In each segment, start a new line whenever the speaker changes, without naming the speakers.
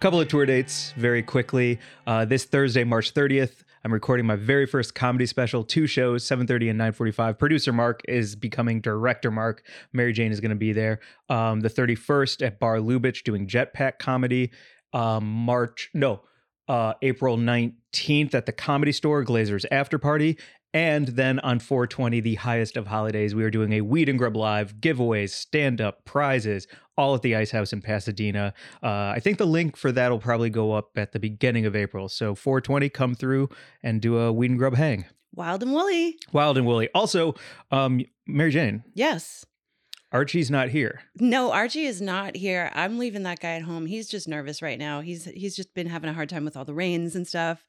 couple of tour dates very quickly uh, this thursday march 30th i'm recording my very first comedy special two shows 7.30 and 9.45 producer mark is becoming director mark mary jane is going to be there um, the 31st at bar lubitsch doing jetpack comedy um, march no uh, april 19th at the comedy store glazers after party and then on 420 the highest of holidays we are doing a weed and grub live giveaways stand up prizes all at the ice house in pasadena uh, I think the link for that will probably go up at the beginning of April. So 420, come through and do a weed and grub hang.
Wild and Woolly.
Wild and woolly. Also, um, Mary Jane,
Yes.
Archie's not here.
No, Archie is not here. I'm leaving that guy at home. He's just nervous right now. He's he's just been having a hard time with all the rains and stuff.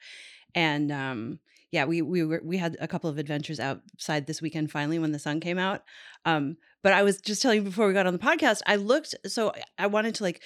And um yeah, we we were we had a couple of adventures outside this weekend finally when the sun came out. Um but I was just telling you before we got on the podcast, I looked so I wanted to like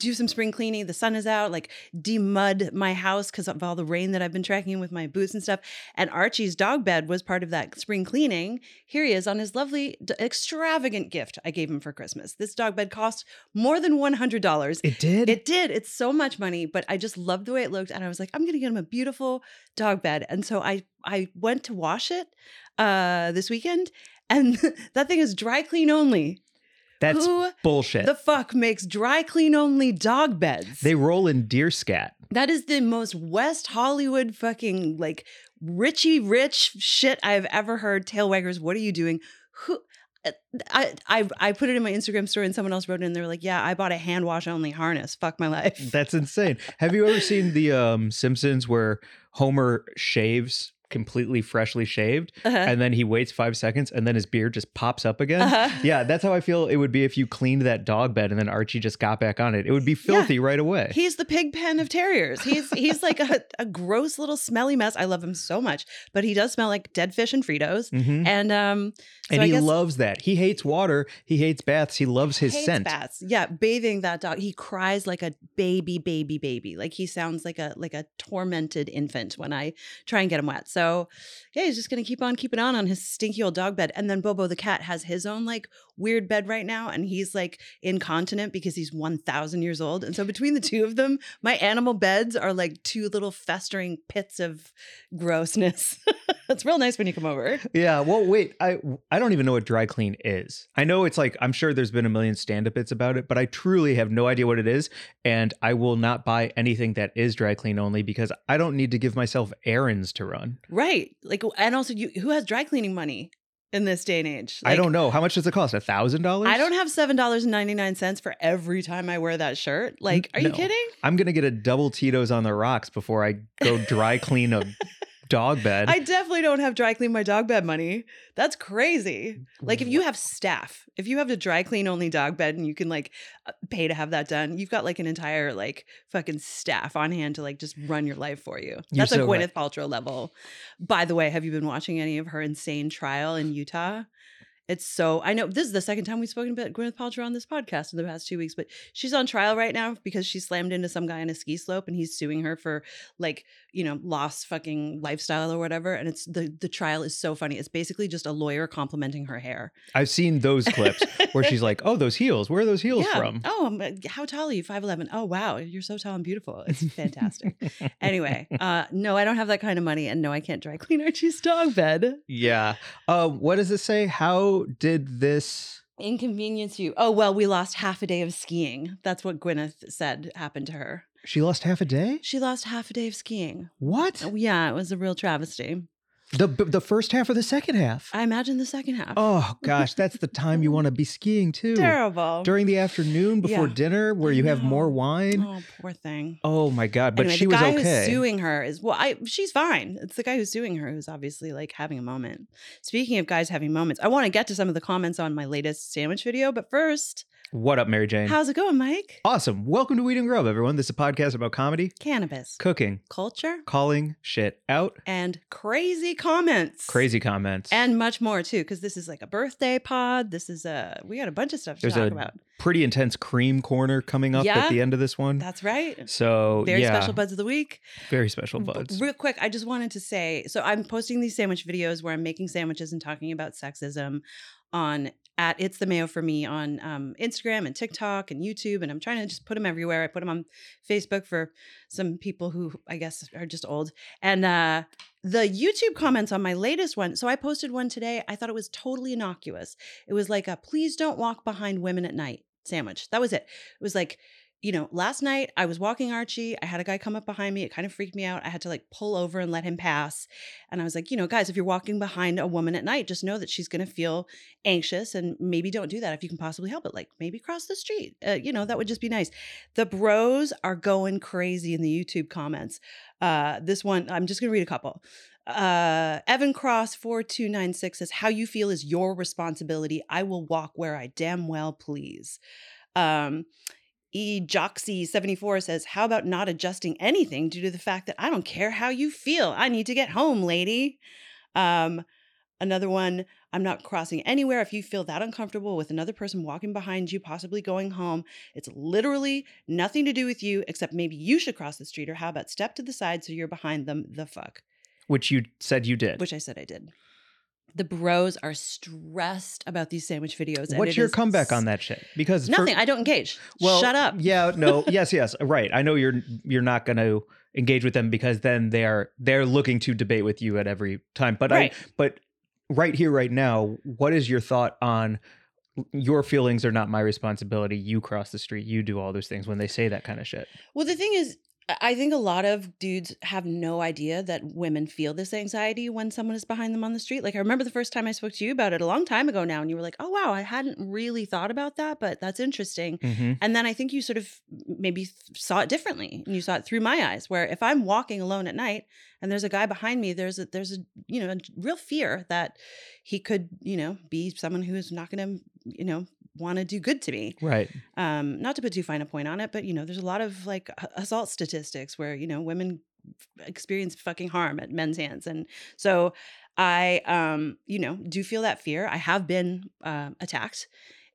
do some spring cleaning. The sun is out, like demud my house because of all the rain that I've been tracking with my boots and stuff. And Archie's dog bed was part of that spring cleaning. Here he is on his lovely, d- extravagant gift I gave him for Christmas. This dog bed cost more than $100.
It did?
It did. It's so much money, but I just loved the way it looked, and I was like, I'm gonna get him a beautiful dog bed. And so I I went to wash it uh, this weekend, and that thing is dry clean only.
That's
Who
bullshit.
the fuck makes dry clean only dog beds?
they roll in deer scat.
That is the most West Hollywood fucking like Richie Rich shit I've ever heard. Tail waggers, what are you doing? Who? eh, I, I I put it in my Instagram story and someone else wrote it and they were like, yeah, I bought a hand wash only harness. Fuck my life.
That's insane. Have you ever seen the um, Simpsons where Homer shaves completely freshly shaved
Uh-huh.
and then he waits five seconds and then his beard just pops up again?
Uh-huh.
Yeah, that's how I feel it would be if you cleaned that dog bed and then Archie just got back on it. It would be filthy right away.
He's the pig pen of terriers. He's he's like a, a gross little smelly mess. I love him so much, but he does smell like dead fish and Fritos.
Mhm.
And um, so
and
I
he
guess
loves that. He hates water. He hates baths. He loves his
hates
scent.
baths. Yeah, bathing that dog. He cries like a baby, baby, baby. Like he sounds like a like a tormented infant when I try and get him wet. So yeah, he's just gonna keep on keeping on on his stinky old dog bed. And then Bobo the cat has his own like weird bed right now, and he's like incontinent because he's one thousand years old. And so between the two of them, my animal beds are like two little festering pits of grossness. It's real nice when you come over.
Yeah. Well, wait. I I don't even know what dry clean is. I know it's like I'm sure there's been a million stand up bits about it, but I truly have no idea what it is, and I will not buy anything that is dry clean only because I don't need to give myself errands to run.
Right. Like and also you who has dry cleaning money in this day and age?
I
Like,
don't know how much does it cost. A thousand dollars.
I don't have seven dollars and ninety nine cents for every time I wear that shirt. Like, are you
no.
kidding?
I'm gonna get a double Tito's on the rocks before I go dry clean a dog bed.
I definitely don't have dry clean my dog bed money. That's crazy. Like, if you have staff, if you have a dry clean only dog bed and you can like uh, pay to have that done, you've got like an entire like fucking staff on hand to like just run your life for you.
You're
That's a
so right.
Gwyneth Paltrow level. By the way, have you been watching any of her insane trial in Utah? It's so I know this is the second time we've spoken about Gwyneth Paltrow on this podcast in the past two weeks, but she's on trial right now because she slammed into some guy on a ski slope and he's suing her for like you know lost fucking lifestyle or whatever. And it's the the trial is so funny. It's basically just a lawyer complimenting her hair.
I've seen those clips where she's like, "Oh, those heels. Where are those heels from?"
Oh, I'm- how tall are you? Five eleven. Oh wow, you're so tall and beautiful. It's fantastic. anyway, uh, no, I don't have that kind of money, and no, I can't dry clean Archie's dog bed.
Yeah. Uh, what does it say? How did this?
inconvenience you. Oh, well, we lost half a day of skiing. That's what Gwyneth said happened to her.
She lost half a day.
She lost half a day of skiing.
What?
Oh, yeah, it was a real travesty.
The b- the first half or the second half?
I imagine the second half.
oh gosh, that's the time you want to be skiing too.
mm. terrible.
During the afternoon before
Yeah.
dinner, where
I
you have
know.
more wine.
oh, poor thing.
Oh my god! But
anyway,
she
the
was
guy
okay.
who's suing her is well, I she's fine. It's the guy who's suing her who's obviously like having a moment. Speaking of guys having moments, I want to get to some of the comments on my latest sandwich video, but first,
What up, Mary Jane?
How's it going, Mike?
awesome. Welcome to Weed and Grove, everyone. This is a podcast about comedy,
Cannabis,
cooking,
culture,
calling shit out,
and crazy comments.
crazy comments,
And much more too, because this is like a birthday pod. This is a we got a bunch of stuff to
There's
talk
a-
about.
pretty intense cream corner coming up
Yeah.
at the end of this one.
That's right.
so
Very
yeah,
special Mm, buds of the week.
very special
B-
buds.
Real quick, I just wanted to say so I'm posting these sandwich videos where I'm making sandwiches and talking about sexism on at it's the mayo for me on um, Instagram and TikTok and YouTube, and I'm trying to just put them everywhere. I put them on Facebook for some people who I guess are just old. And uh, the YouTube comments on my latest one. So I posted one today. I thought it was totally innocuous. It was like a please don't walk behind women at night sandwich. That was it. It was like, you know, last night I was walking Archie. I had a guy come up behind me. It kind of freaked me out. I had to like pull over and let him pass. And I was like, you know, guys, if you're walking behind a woman at night, just know that she's going to feel anxious and maybe don't do that if you can possibly help it. Like maybe cross the street. Uh, you know, that would just be nice. The bros are going crazy in the YouTube comments. Uh, this one, I'm just going to read a couple. Uh, Evan Cross 4296 says, How you feel is your responsibility. I will walk where I damn well please. Um, Ejoxy74 says, How about not adjusting anything due to the fact that I don't care how you feel? I need to get home, lady. Um, another one, I'm not crossing anywhere. If you feel that uncomfortable with another person walking behind you, possibly going home, it's literally nothing to do with you except maybe you should cross the street or how about step to the side so you're behind them? The fuck.
Which you said you did.
Which I said I did. The bros are stressed about these sandwich videos. and
What's
it
your
is
comeback on
s-
that shit? Because for-
Nothing. I don't engage.
Well,
Shut up.
yeah, no, yes, yes, right. I know you're you're not going to engage with them because then they are they're looking to debate with you at every time. But
right.
I but right here, right now, what is your thought on your feelings are not my responsibility. You cross the street. You do all those things when they say that kind of shit.
Well, the thing is, I I think a lot of dudes have no idea that women feel this anxiety when someone is behind them on the street. Like, I remember the first time I spoke to you about it a long time ago now, and you were like, oh, wow, I hadn't really thought about that, but that's interesting.
Mm-hmm.
And then I think you sort of maybe th- saw it differently, and you saw it through my eyes. Where if I'm walking alone at night and there's a guy behind me, there's a there's a you know a real fear that he could you know be someone who is not going to you know want to do good to me
Right.
um, not to put too fine a point on it, but you know, there's a lot of like a- assault statistics where you know women f- experience fucking harm at men's hands, and so I, um, you know, do feel that fear. I have been um attacked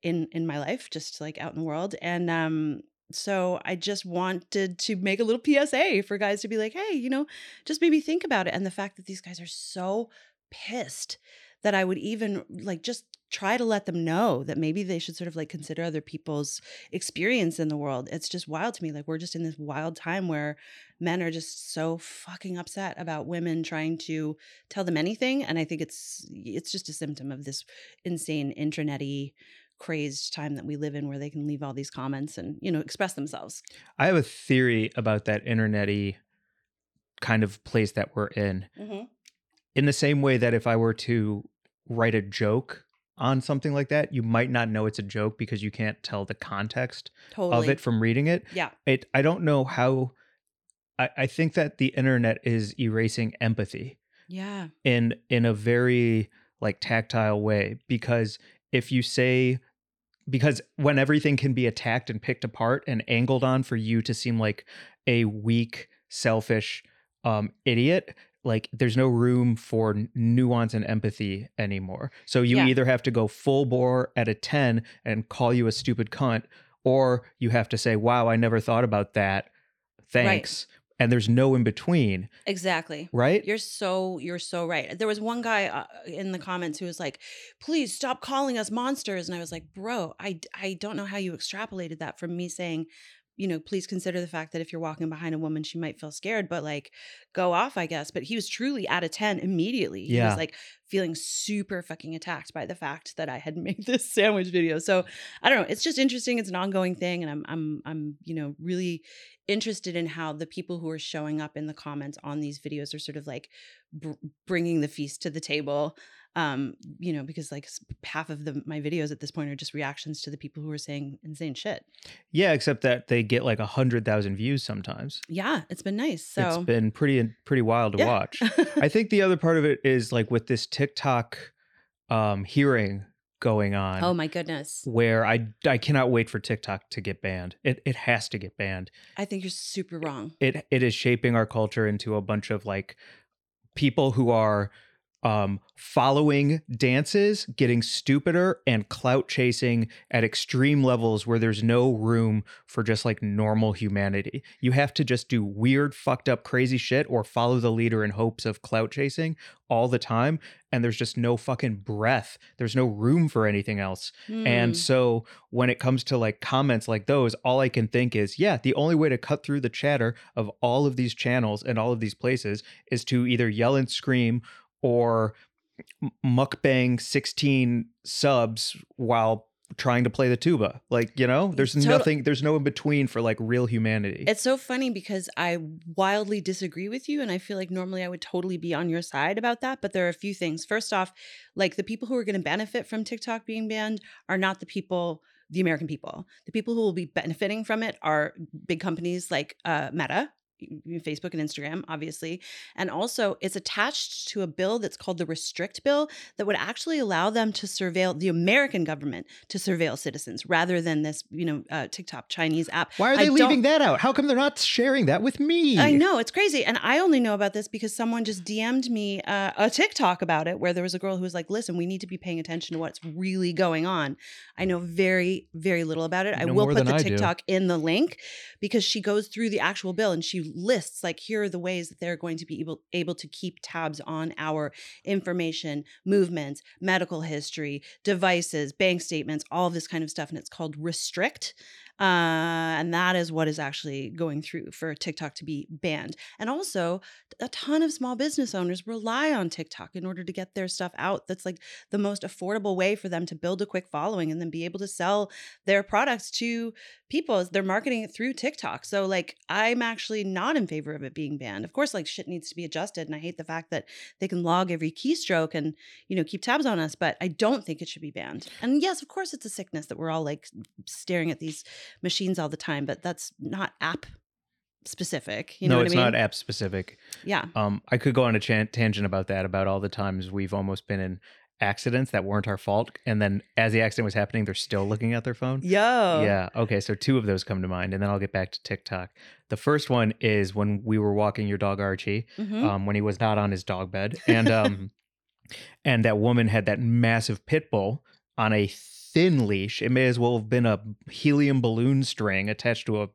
in in my life, just like out in the world, and um, so I just wanted to make a little PSA for guys to be like, hey, you know, just maybe think about it, and the fact that these guys are so pissed that I would even like just try to let them know that maybe they should sort of like consider other people's experience in the world. It's just wild to me. Like we're just in this wild time where men are just so fucking upset about women trying to tell them anything. And I think it's it's just a symptom of this insane internety crazed time that we live in where they can leave all these comments and, you know, express themselves.
I have a theory about that internety kind of place that we're in.
Mm-hmm.
in the same way that if I were to write a joke on something like that, you might not know it's a joke because you can't tell the context
Totally.
of it from reading it.
yeah.
It I don't know how I, I think that the internet is erasing empathy
Yeah.
in in a very like tactile way because if you say because when everything can be attacked and picked apart and angled on for you to seem like a weak selfish um idiot like there's no room for n- nuance and empathy anymore so you
Yeah.
either have to go full bore at a 10 and call you a stupid cunt or you have to say wow i never thought about that thanks and there's no in between
Exactly.
right
You're so you're so right. There was one guy uh, in the comments who was like, "Please stop calling us monsters," and I was like, "Bro, I I don't know how you extrapolated that from me saying." You know, please consider the fact that if you're walking behind a woman, she might feel scared, but like go off, I guess. But he was truly out of 10 immediately. He
Yeah.
was like feeling super fucking attacked by the fact that I had made this sandwich video. So I don't know. It's just interesting. It's an ongoing thing. And I'm I'm I'm, you know, really interested in how the people who are showing up in the comments on these videos are sort of like br- bringing the feast to the table um you know because like s- half of the my videos at this point are just reactions to the people who are saying insane shit
Yeah, except that they get like a hundred thousand views sometimes.
yeah it's been nice
it's
so
been pretty pretty wild to
Yeah.
watch. I think the other part of it is like with this TikTok um, hearing going on
Oh my goodness.
where I I cannot wait for TikTok to get banned. It it has to get banned.
I think you're super wrong.
It it is shaping our culture into a bunch of like people who are um following dances, getting stupider and clout chasing at extreme levels where there's no room for just like normal humanity. You have to just do weird fucked up crazy shit or follow the leader in hopes of clout chasing all the time and there's just no fucking breath. There's no room for anything else. And
Mm.
so when it comes to like comments like those, all I can think is, yeah, the only way to cut through the chatter of all of these channels and all of these places is to either yell and scream or m- mukbang 16 subs while trying to play the tuba. Like, you know, there's
Total-
nothing, there's no in between for like real humanity.
It's so funny because I wildly disagree with you. And I feel like normally I would totally be on your side about that. But there are a few things. First off, like the people who are going to benefit from TikTok being banned are not the people, the American people. The people who will be benefiting from it are big companies like uh, Meta. Facebook and Instagram, obviously. And also, it's attached to a bill that's called the Restrict Bill that would actually allow them to surveil the American government to surveil citizens rather than this, you know, uh, TikTok Chinese app.
Why are
I
they
don't-
leaving that out? How come they're not sharing that with me?
I know it's crazy, and I only know about this because someone just DM'd me uh, a TikTok about it, where there was a girl who was like, "Listen, we need to be paying attention to what's really going on." I know very, very little about it.
You
I
know
will
more
put
than
the
I do.
TikTok in the link because she goes through the actual bill and she lists like here are the ways that they're going to be able able to keep tabs on our information, movements, medical history, devices, bank statements, all this kind of stuff, and it's called restrict. Uh, and that is what is actually going through for TikTok to be banned. And also, a ton of small business owners rely on TikTok in order to get their stuff out. That's like the most affordable way for them to build a quick following and then be able to sell their products to people. They're marketing it through TikTok. So, like, I'm actually not in favor of it being banned. Of course, like, shit needs to be adjusted. And I hate the fact that they can log every keystroke and, you know, keep tabs on us, but I don't think it should be banned. And yes, of course, it's a sickness that we're all like staring at these machines all the time, but that's not app specific. You know
no,
what
it's
I mean?
not app specific.
yeah.
Um, I could go on a chan- tangent about that, about all the times we've almost been in accidents that weren't our fault, and then as the accident was happening, they're still looking at their phone.
Yo.
Yeah. Okay. So two of those come to mind, and then I'll get back to TikTok. The first one is when we were walking your dog Archie,
Mhm.
um, when he was not on his dog bed, and um, and that woman had that massive pit bull on a thin leash. It may as well have been a helium balloon string attached to a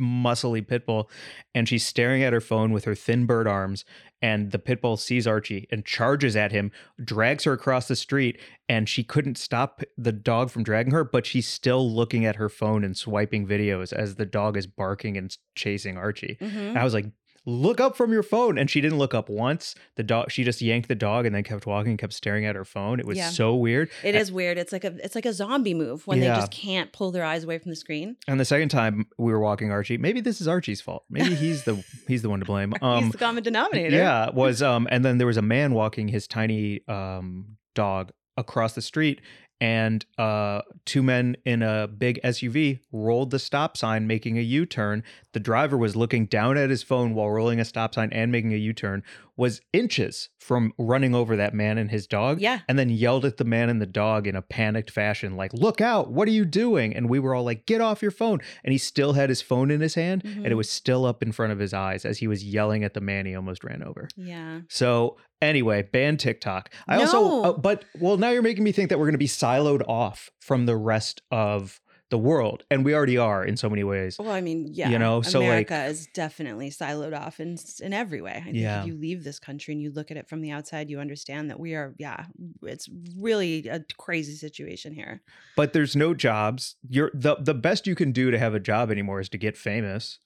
muscly pit bull, and she's staring at her phone with her thin bird arms. And the pit bull sees Archie and charges at him, drags her across the street, and she couldn't stop the dog from dragging her, but she's still looking at her phone and swiping videos as the dog is barking and chasing Archie.
Mhm.
And I was like, look up from your phone. And she didn't look up once. The dog, she just yanked the dog and then kept walking and kept staring at her phone. It was
Yeah.
so weird.
It is weird. It's like a it's like a zombie move when
Yeah.
they just can't pull their eyes away from the screen.
And the second time we were walking Archie, maybe this is Archie's fault. Maybe he's the he's the one to blame. Um,
He's the common denominator.
Yeah, was um and then there was a man walking his tiny um dog across the street and uh two men in a big SUV rolled the stop sign making a U-turn. The driver was looking down at his phone while rolling a stop sign and making a U-turn was inches from running over that man and his dog
Yeah.
and then yelled at the man and the dog in a panicked fashion like, "Look out, what are you doing?" And we were all like, "Get off your phone." And he still had his phone in his hand and it
Mhm.
was still up in front of his eyes as he was yelling at the man he almost ran over.
Yeah.
So anyway, ban TikTok. I also,
No.
uh, but well, now you're making me think that we're going to be siloed off from the rest of the world, and we already are in so many ways.
Well, I mean, yeah.
You know, so, like-
America is definitely siloed off in s- in every way. I think
Yeah.
if you leave this country and you look at it from the outside, you understand that we are yeah, it's really a crazy situation here.
But there's no jobs. You're the the best you can do to have a job anymore is to get famous.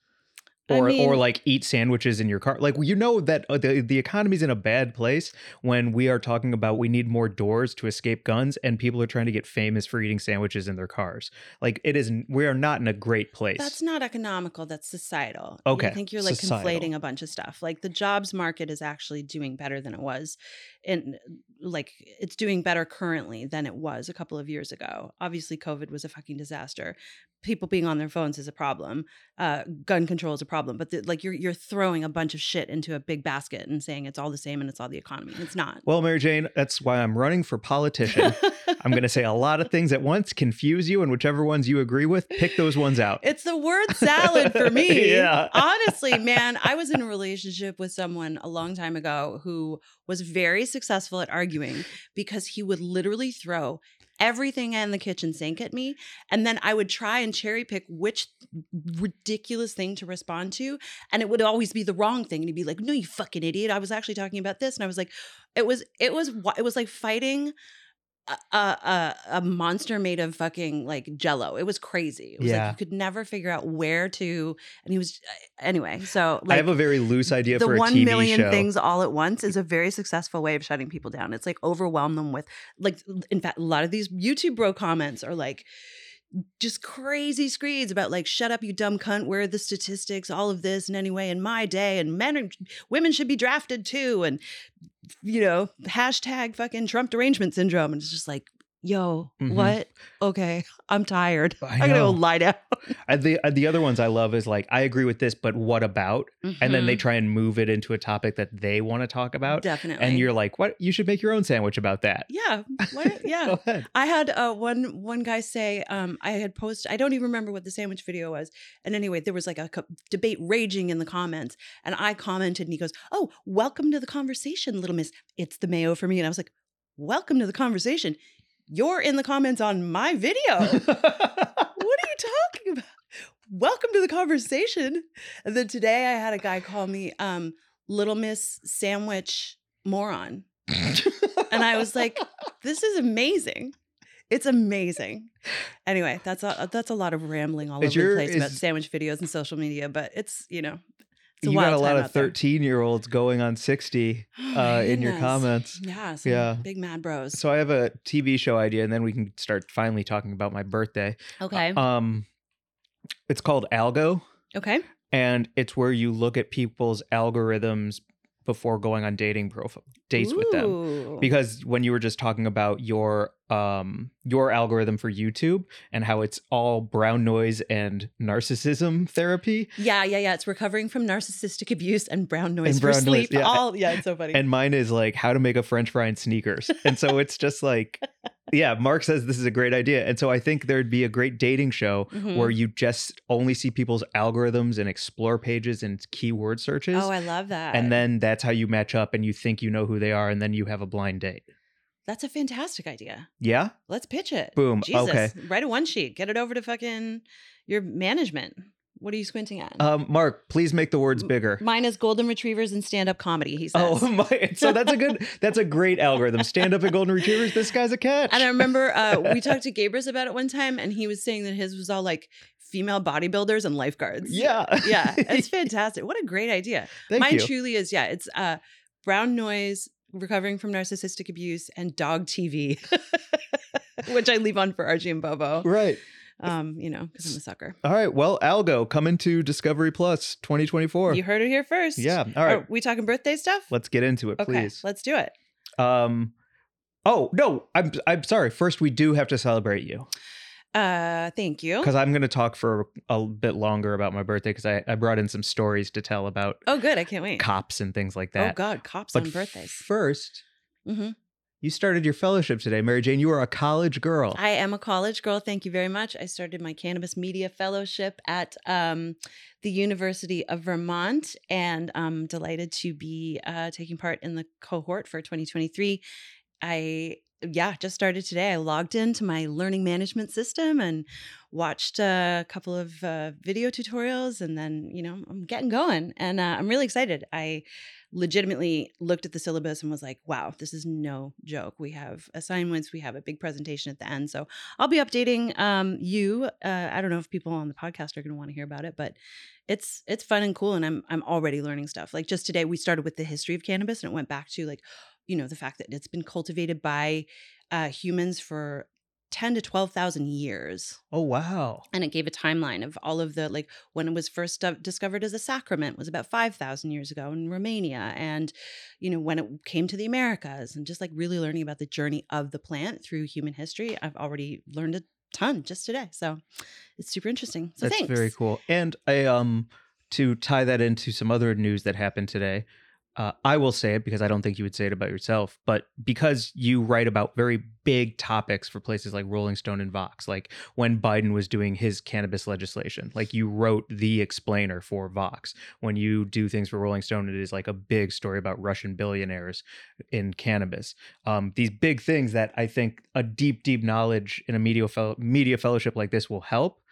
I
Or, or
mean-
like eat sandwiches in your car. Like you know that uh, the the economy's in a bad place when we are talking about we need more doors to escape guns, and people are trying to get famous for eating sandwiches in their cars. Like it is, we are not in a great place.
That's not economical. That's societal.
Okay,
I think you're like
societal.
conflating a bunch of stuff. Like the jobs market is actually doing better than it was. And like it's doing better currently than it was a couple of years ago. Obviously, COVID was a fucking disaster. People being on their phones is a problem. Uh, gun control is a problem. But the, like you're you're throwing a bunch of shit into a big basket and saying it's all the same and it's all the economy. It's not.
Well, Mary Jane, that's why I'm running for politician. I'm going to say a lot of things at once, confuse you, and whichever ones you agree with, pick those ones out.
It's the word salad for me.
Yeah.
Honestly, man, I was in a relationship with someone a long time ago who was very successful at arguing because he would literally throw everything in the kitchen sink at me. And then I would try and cherry pick which ridiculous thing to respond to. And it would always be the wrong thing. And he'd be like, no, you fucking idiot. I was actually talking about this. And I was like, it was, it was, wi- it was like fighting a, a, a monster made of fucking like jello. It was crazy. It was
Yeah.
like you could never figure out where to. And he was eh, anyway. So
I
like
have a very loose idea
the
for a
one
TV
million
show.
things all at once is a very successful way of shutting people down. It's like overwhelm them with like. In fact, a lot of these YouTube bro comments are like just crazy screeds about like shut up you dumb cunt where are the statistics all of this in any way in my day and men are, women should be drafted too and you know hashtag fucking trump derangement syndrome and it's just like yo
Mhm.
what okay i'm tired
I
i'm gonna
know.
go lie down
I, the uh, the other ones I love is like I agree with this, but what about? And then they
Mm-hmm. Hmm.
try and move it into a topic that they want to talk about,
definitely
and you're like, what? You should make your own sandwich about that.
yeah what? yeah
Go ahead.
I had uh, one one guy say um, I had posted I don't even remember what the sandwich video was, and anyway there was like a co- debate raging in the comments, and I commented and he goes, "Oh, welcome to the conversation, little miss. It's the mayo for me." And I was like, "Welcome to the conversation. You're in the comments on my video." what are you talking about? Welcome to the conversation. And then today I had a guy call me um, Little Miss Sandwich Moron. and I was like, this is amazing. It's amazing. Anyway, that's a, uh, that's a lot of rambling all
Is
over
your-
the place about
is-
sandwich videos and social media, but it's, you know, it's a
you
wild
got a lot
time
of
out there.
13 year olds going on 60
Oh my
uh, in your
goodness.
comments.
Yeah. some
Yeah.
Big mad bros.
So I have a TV show idea, and then we can start finally talking about my birthday.
Okay.
Um, it's called Algo,
okay.
and it's where you look at people's algorithms before going on dating profile dates with them.
Ooh.
because when you were just talking about your um your algorithm for YouTube and how it's all brown noise and narcissism therapy
yeah, yeah, yeah. It's recovering from narcissistic abuse and brown noise
And
for
brown noise,
sleep.
yeah.
All yeah, it's so funny.
and mine is like how to make a french fry and sneakers and so it's just like yeah mark says this is a great idea and so i think there'd be a great dating show
Mhm.
where you just only see people's algorithms and explore pages and keyword searches
Oh, I love that.
and then that's how you match up and you think you know who they are and then you have a blind date
that's a fantastic idea.
yeah
Let's pitch it.
Boom.
Jesus.
Okay.
Write a one sheet. Get it over to fucking your management. What are you squinting at?
um mark please make the words
Mm. M-
bigger
Mine is golden retrievers and stand up comedy. He says.
Oh my! So that's a good. That's a great algorithm. Stand up at golden retrievers. This guy's a catch.
And I remember uh, we talked to Gabrus about it one time, and he was saying that his was all like female bodybuilders and lifeguards.
yeah.
Yeah, it's fantastic. What a great idea.
Thank
Mine
you.
truly is, yeah. It's uh, brown noise, recovering from narcissistic abuse, and dog TV, which I leave on for Archie and Bobo.
right.
Um, you know, because I'm a sucker.
All right. Well, algo coming to Discovery Plus 2024.
You heard it here first.
yeah. All right.
Are we talking birthday stuff?
Let's get into it,
okay,
please.
let's do it.
Um. Oh no! I'm I'm sorry. First, we do have to celebrate you
Uh, thank you.
because I'm going to talk for a bit longer about my birthday because I, I brought in some stories to tell about
Oh, good. I can't wait.
cops and things like
oh
that.
God, cops
but
on birthdays.
first,
hmm
you started your fellowship today, Mary Jane. You are a college girl.
I am a college girl. Thank you very much. I started my cannabis media fellowship at um, the University of Vermont and I'm delighted to be uh, taking part in the cohort for 2023. I, yeah, just started today. I logged into my learning management system and watched a couple of uh, video tutorials and then, you know, I'm getting going and uh, I'm really excited. I, legitimately looked at the syllabus and was like, wow, this is no joke. We have assignments, we have a big presentation at the end. So I'll be updating um, you. Uh, I don't know if people on the podcast are going to want to hear about it, but it's it's fun and cool, and I'm I'm already learning stuff. Like just today, we started with the history of cannabis, and it went back to like, you know, the fact that it's been cultivated by uh, humans for ten to twelve thousand years
oh wow.
and it gave a timeline of all of the like when it was first do- discovered as a sacrament was about 5000 years ago in Romania and you know when it came to the Americas and just like really learning about the journey of the plant through human history I've already learned a ton just today so it's super interesting so
That's
thanks
very cool. And I um to tie that into some other news that happened today, uh, I will say it because I don't think you would say it about yourself, but because you write about very big topics for places like Rolling Stone and Vox, like when Biden was doing his cannabis legislation, like you wrote the explainer for Vox. When you do things for Rolling Stone, it is like a big story about Russian billionaires in cannabis. Um, these big things that I think a deep, deep knowledge in a media, fel- media fellowship like this will help.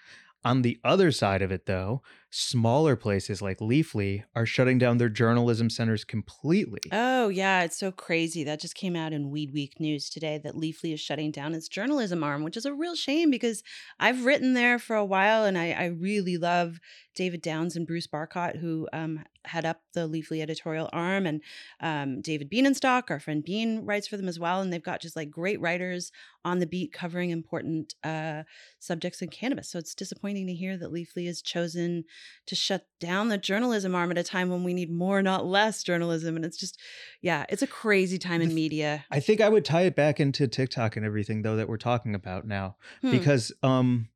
On the other side of it, though, smaller places like Leafly are shutting down their journalism centers completely.
Oh, yeah. It's so crazy. That just came out in Weed Week News today that Leafly is shutting down its journalism arm, which is a real shame because I've written there for a while and I, I really love David Downs and Bruce Barcott, who um, head up the Leafly editorial arm, and um, David Bienenstock, our friend Bean, writes for them as well. And they've got just like great writers on the beat covering important uh, subjects in cannabis. So it's disappointing to hear that Leafly has chosen to shut down the journalism arm at a time when we need more, not less journalism. And it's just, yeah, it's a crazy time in media.
I think I would tie it back into TikTok and everything though that we're talking about now
Hmm.
because um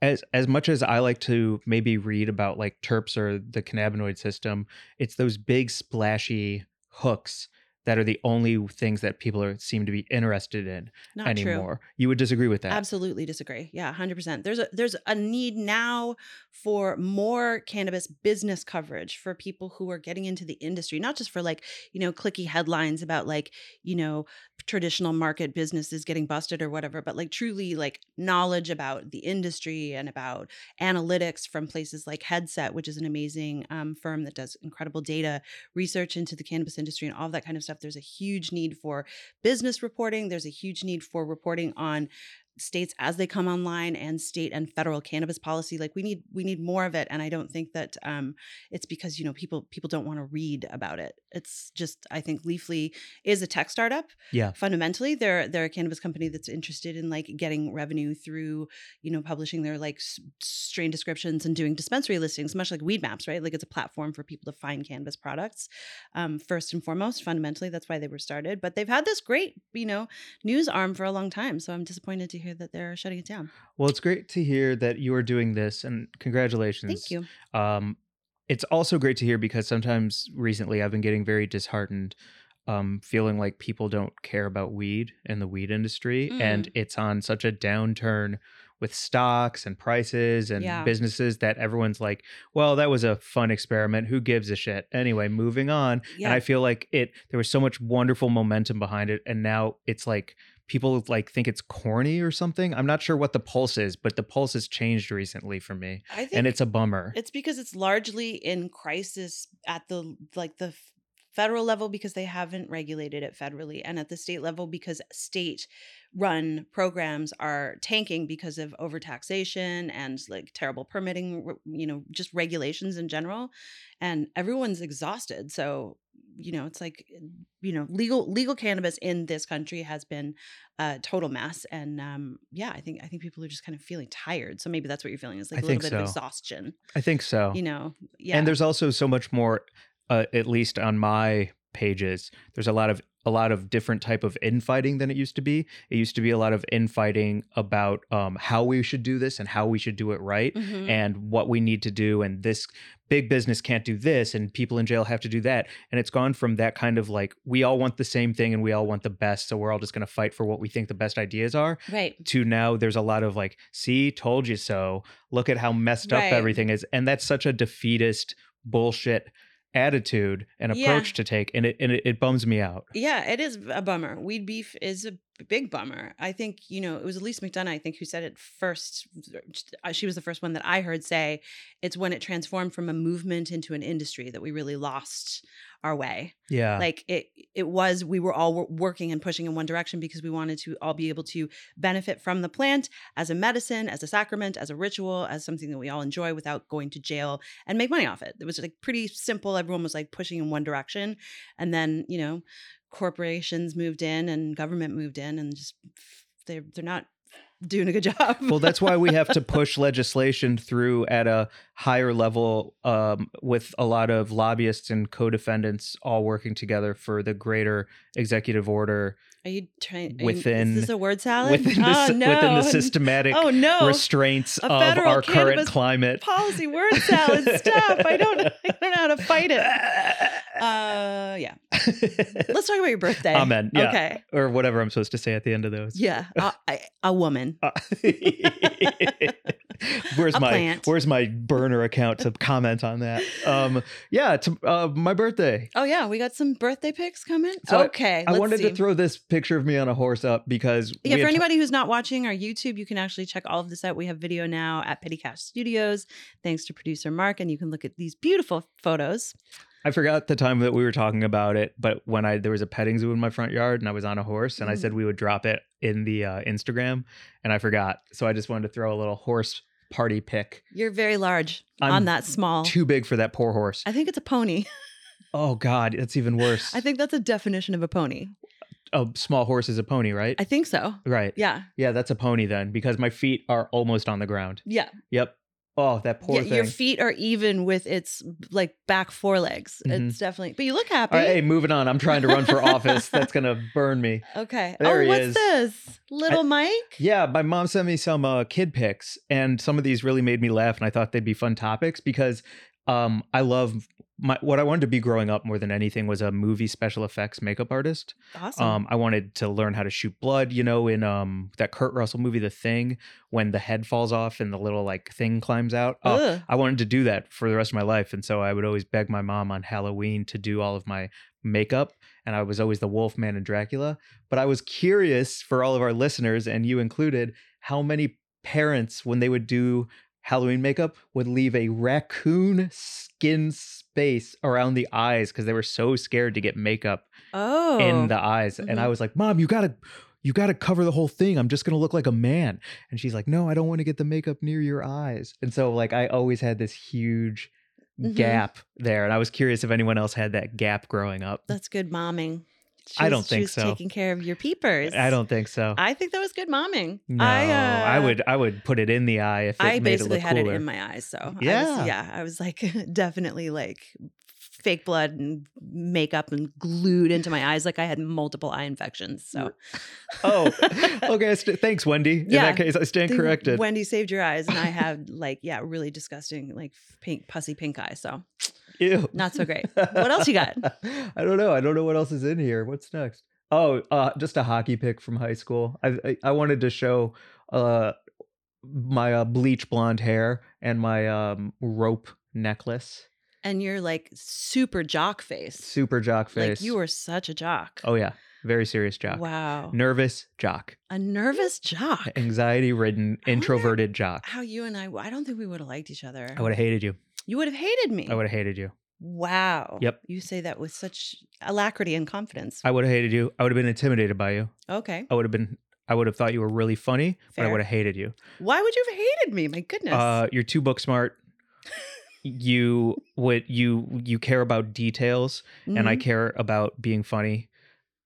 as as much as I like to maybe read about like terps or the cannabinoid system, it's those big splashy hooks that are the only things that people are seem to be interested in
not true.
anymore. You would disagree with that.
Absolutely disagree. Yeah, 100%. There's a there's a need now for more cannabis business coverage for people who are getting into the industry, not just for like, you know, clicky headlines about like, you know, traditional market businesses getting busted or whatever, but like truly like knowledge about the industry and about analytics from places like Headset, which is an amazing um, firm that does incredible data research into the cannabis industry and all that kind of stuff. There's a huge need for business reporting. There's a huge need for reporting on states as they come online and state and federal cannabis policy like we need we need more of it and i don't think that um it's because you know people people don't want to read about it it's just i think leafly is a tech startup
Yeah.
fundamentally they're they're a cannabis company that's interested in like getting revenue through you know publishing their like s- strain descriptions and doing dispensary listings much like weed maps right like it's a platform for people to find cannabis products um first and foremost fundamentally that's why they were started but they've had this great you know news arm for a long time. So I'm disappointed to hear that they're shutting it down.
Well, it's great to hear that you are doing this and congratulations.
Thank you.
Um, it's also great to hear because sometimes recently I've been getting very disheartened, um, feeling like people don't care about weed and the weed industry, and
Mm.
it's on such a downturn with stocks and prices and
Yeah.
businesses that everyone's like, "Well, that was a fun experiment. Who gives a shit?" Anyway, moving on. And
Yeah.
I feel like it. There was so much wonderful momentum behind it, and now it's like people like think it's corny or something. I'm not sure what the pulse is, but the pulse has changed recently for me,
I think
and it's a bummer.
it's because it's largely in crisis at the like the f- federal level because they haven't regulated it federally and at the state level because state run programs are tanking because of overtaxation and like terrible permitting r- you know just regulations in general and everyone's exhausted so you know it's like eh, you know legal legal cannabis in this country has been a total mess and um yeah i think i think people are just kind of feeling tired so maybe that's what you're feeling is like
I
a little
think
bit
so.
of exhaustion
I think so.
you know yeah
And there's also so much more, uh, at least on my pages. There's a lot of a lot of different type of infighting than it used to be. It used to be a lot of infighting about um, how we should do this and how we should do it right.
Mhm.
and what we need to do and this big business can't do this and people in jail have to do that and it's gone from that kind of like we all want the same thing and we all want the best so we're all just going to fight for what we think the best ideas are
right
to now there's a lot of like see told you so look at how messed up
Right.
everything is and that's such a defeatist bullshit attitude and
Yeah.
approach to take and it and it, it bums me out
yeah it is a bummer weed beef is a big bummer i think you know it was elise mcdonough i think who said it first uh, she was the first one that i heard say it's when it transformed from a movement into an industry that we really lost our way
yeah
like it it was we were all wor- working and pushing in one direction because we wanted to all be able to benefit from the plant as a medicine as a sacrament as a ritual as something that we all enjoy without going to jail and make money off it it was like pretty simple everyone was like pushing in one direction and then you know corporations moved in and government moved in and just they're they're not doing a good job.
well that's why we have to push legislation through at a higher level um, with a lot of lobbyists and co-defendants all working together for the greater executive order
Are you trying? are you-
within-
is this a word salad?
within, the,
oh,
s-
no.
within the systematic
Oh no!
restraints
A
of
federal
our current
cannabis
climate
Policy word salad stuff. I don't. I don't know how to fight it. Uh, yeah. Let's talk about your birthday.
Amen. Yeah.
Okay.
or whatever i'm supposed to say at the end of those
Yeah. A, I- a woman.
Uh, where's
A
my
plant.
where's my burner account to comment on that um yeah to, uh, my birthday
Oh yeah, we got some birthday pics coming.
So I-
okay.
i
let's
wanted
see.
to throw this picture of me on a horse up because
Yeah,
we
for
had-
anybody who's not watching our YouTube, you can actually check all of this out. We have video now at Petty Cash Studios, thanks to producer Mark, and you can look at these beautiful photos.
i forgot the time that we were talking about it but when i there was a petting zoo in my front yard and i was on a horse and i
Mm.
said we would drop it in the uh, instagram and i forgot so i just wanted to throw a little horse party pic
You're very large
I'm
on that small.
too big for that poor horse
I think it's a pony.
oh god that's even worse
I think that's a definition of a pony.
a small horse is a pony right
I think so.
right
Yeah.
Yeah, that's a pony then, because my feet are almost on the ground.
Yeah.
Yep. Oh, that poor
Yeah,
thing.
Your feet are even with its like back forelegs. It's definitely, but you look happy.
Mm-hmm. All right, hey, moving on. I'm trying to run for office. That's gonna burn me.
Okay.
There
oh,
he
what's
is.
this? Little Mike?
Yeah, my mom sent me some uh, kid pics, and some of these really made me laugh, and I thought they'd be fun topics because um, I love my what I wanted to be growing up more than anything was a movie special effects makeup artist.
Awesome.
Um, I wanted to learn how to shoot blood, you know, in um that Kurt Russell movie, The Thing, when the head falls off and the little like thing climbs out. Oh,
Ugh.
I wanted to do that for the rest of my life, and so I would always beg my mom on Halloween to do all of my makeup, and I was always the Wolfman and Dracula. But I was curious for all of our listeners and you included, how many parents when they would do Halloween makeup would leave a raccoon skin space around the eyes because they were so scared to get makeup
oh.
in the eyes and i
Mhm.
was like mom you gotta you gotta cover the whole thing i'm just gonna look like a man and she's like no i don't want to get the makeup near your eyes and so like i always had this huge
Mhm.
gap there and i was curious if anyone else had that gap growing up
That's good momming. She
I
was-
don't
she
think
was
so.
Taking care of your peepers.
i don't think so
I think that was good momming.
no
I,
I,
uh,
would i would put it in the eye if it
I
made
basically
it look
had
cooler
it in my eyes, so I was-
Yeah.
yeah. I was like definitely like fake blood and makeup and glued into my eyes, like I had multiple eye infections. So
oh okay I st- thanks wendy in
Yeah.
that case i stand
They-
corrected
Wendy saved your eyes, and I had like yeah, really disgusting like pink pussy pink eye. So
Ew.
not so great. What else you got?
I don't know. I don't know what else is in here. What's next? Oh, uh, just a hockey pick from high school. I I, I wanted to show uh, my uh, bleach blonde hair and my um, rope necklace.
And you're like super jock face.
Super jock face.
Like you were such a jock.
Oh yeah, very serious jock.
wow,
Nervous jock.
a nervous jock.
Anxiety ridden,
I wonder-
introverted jock.
How you and I? I don't think we would have liked each other.
I would have hated you.
You would have hated me.
I would have hated you.
Wow.
Yep. Uh,
You say that with such alacrity and confidence.
I would have hated you. I would have been intimidated by you.
Okay.
I would have been. I would have thought you were really funny, but I
Fair.
would have hated you.
Why would you have hated me? My goodness.
Uh, you're too book smart. you would you you care about details, and I
Mhm.
care about being funny.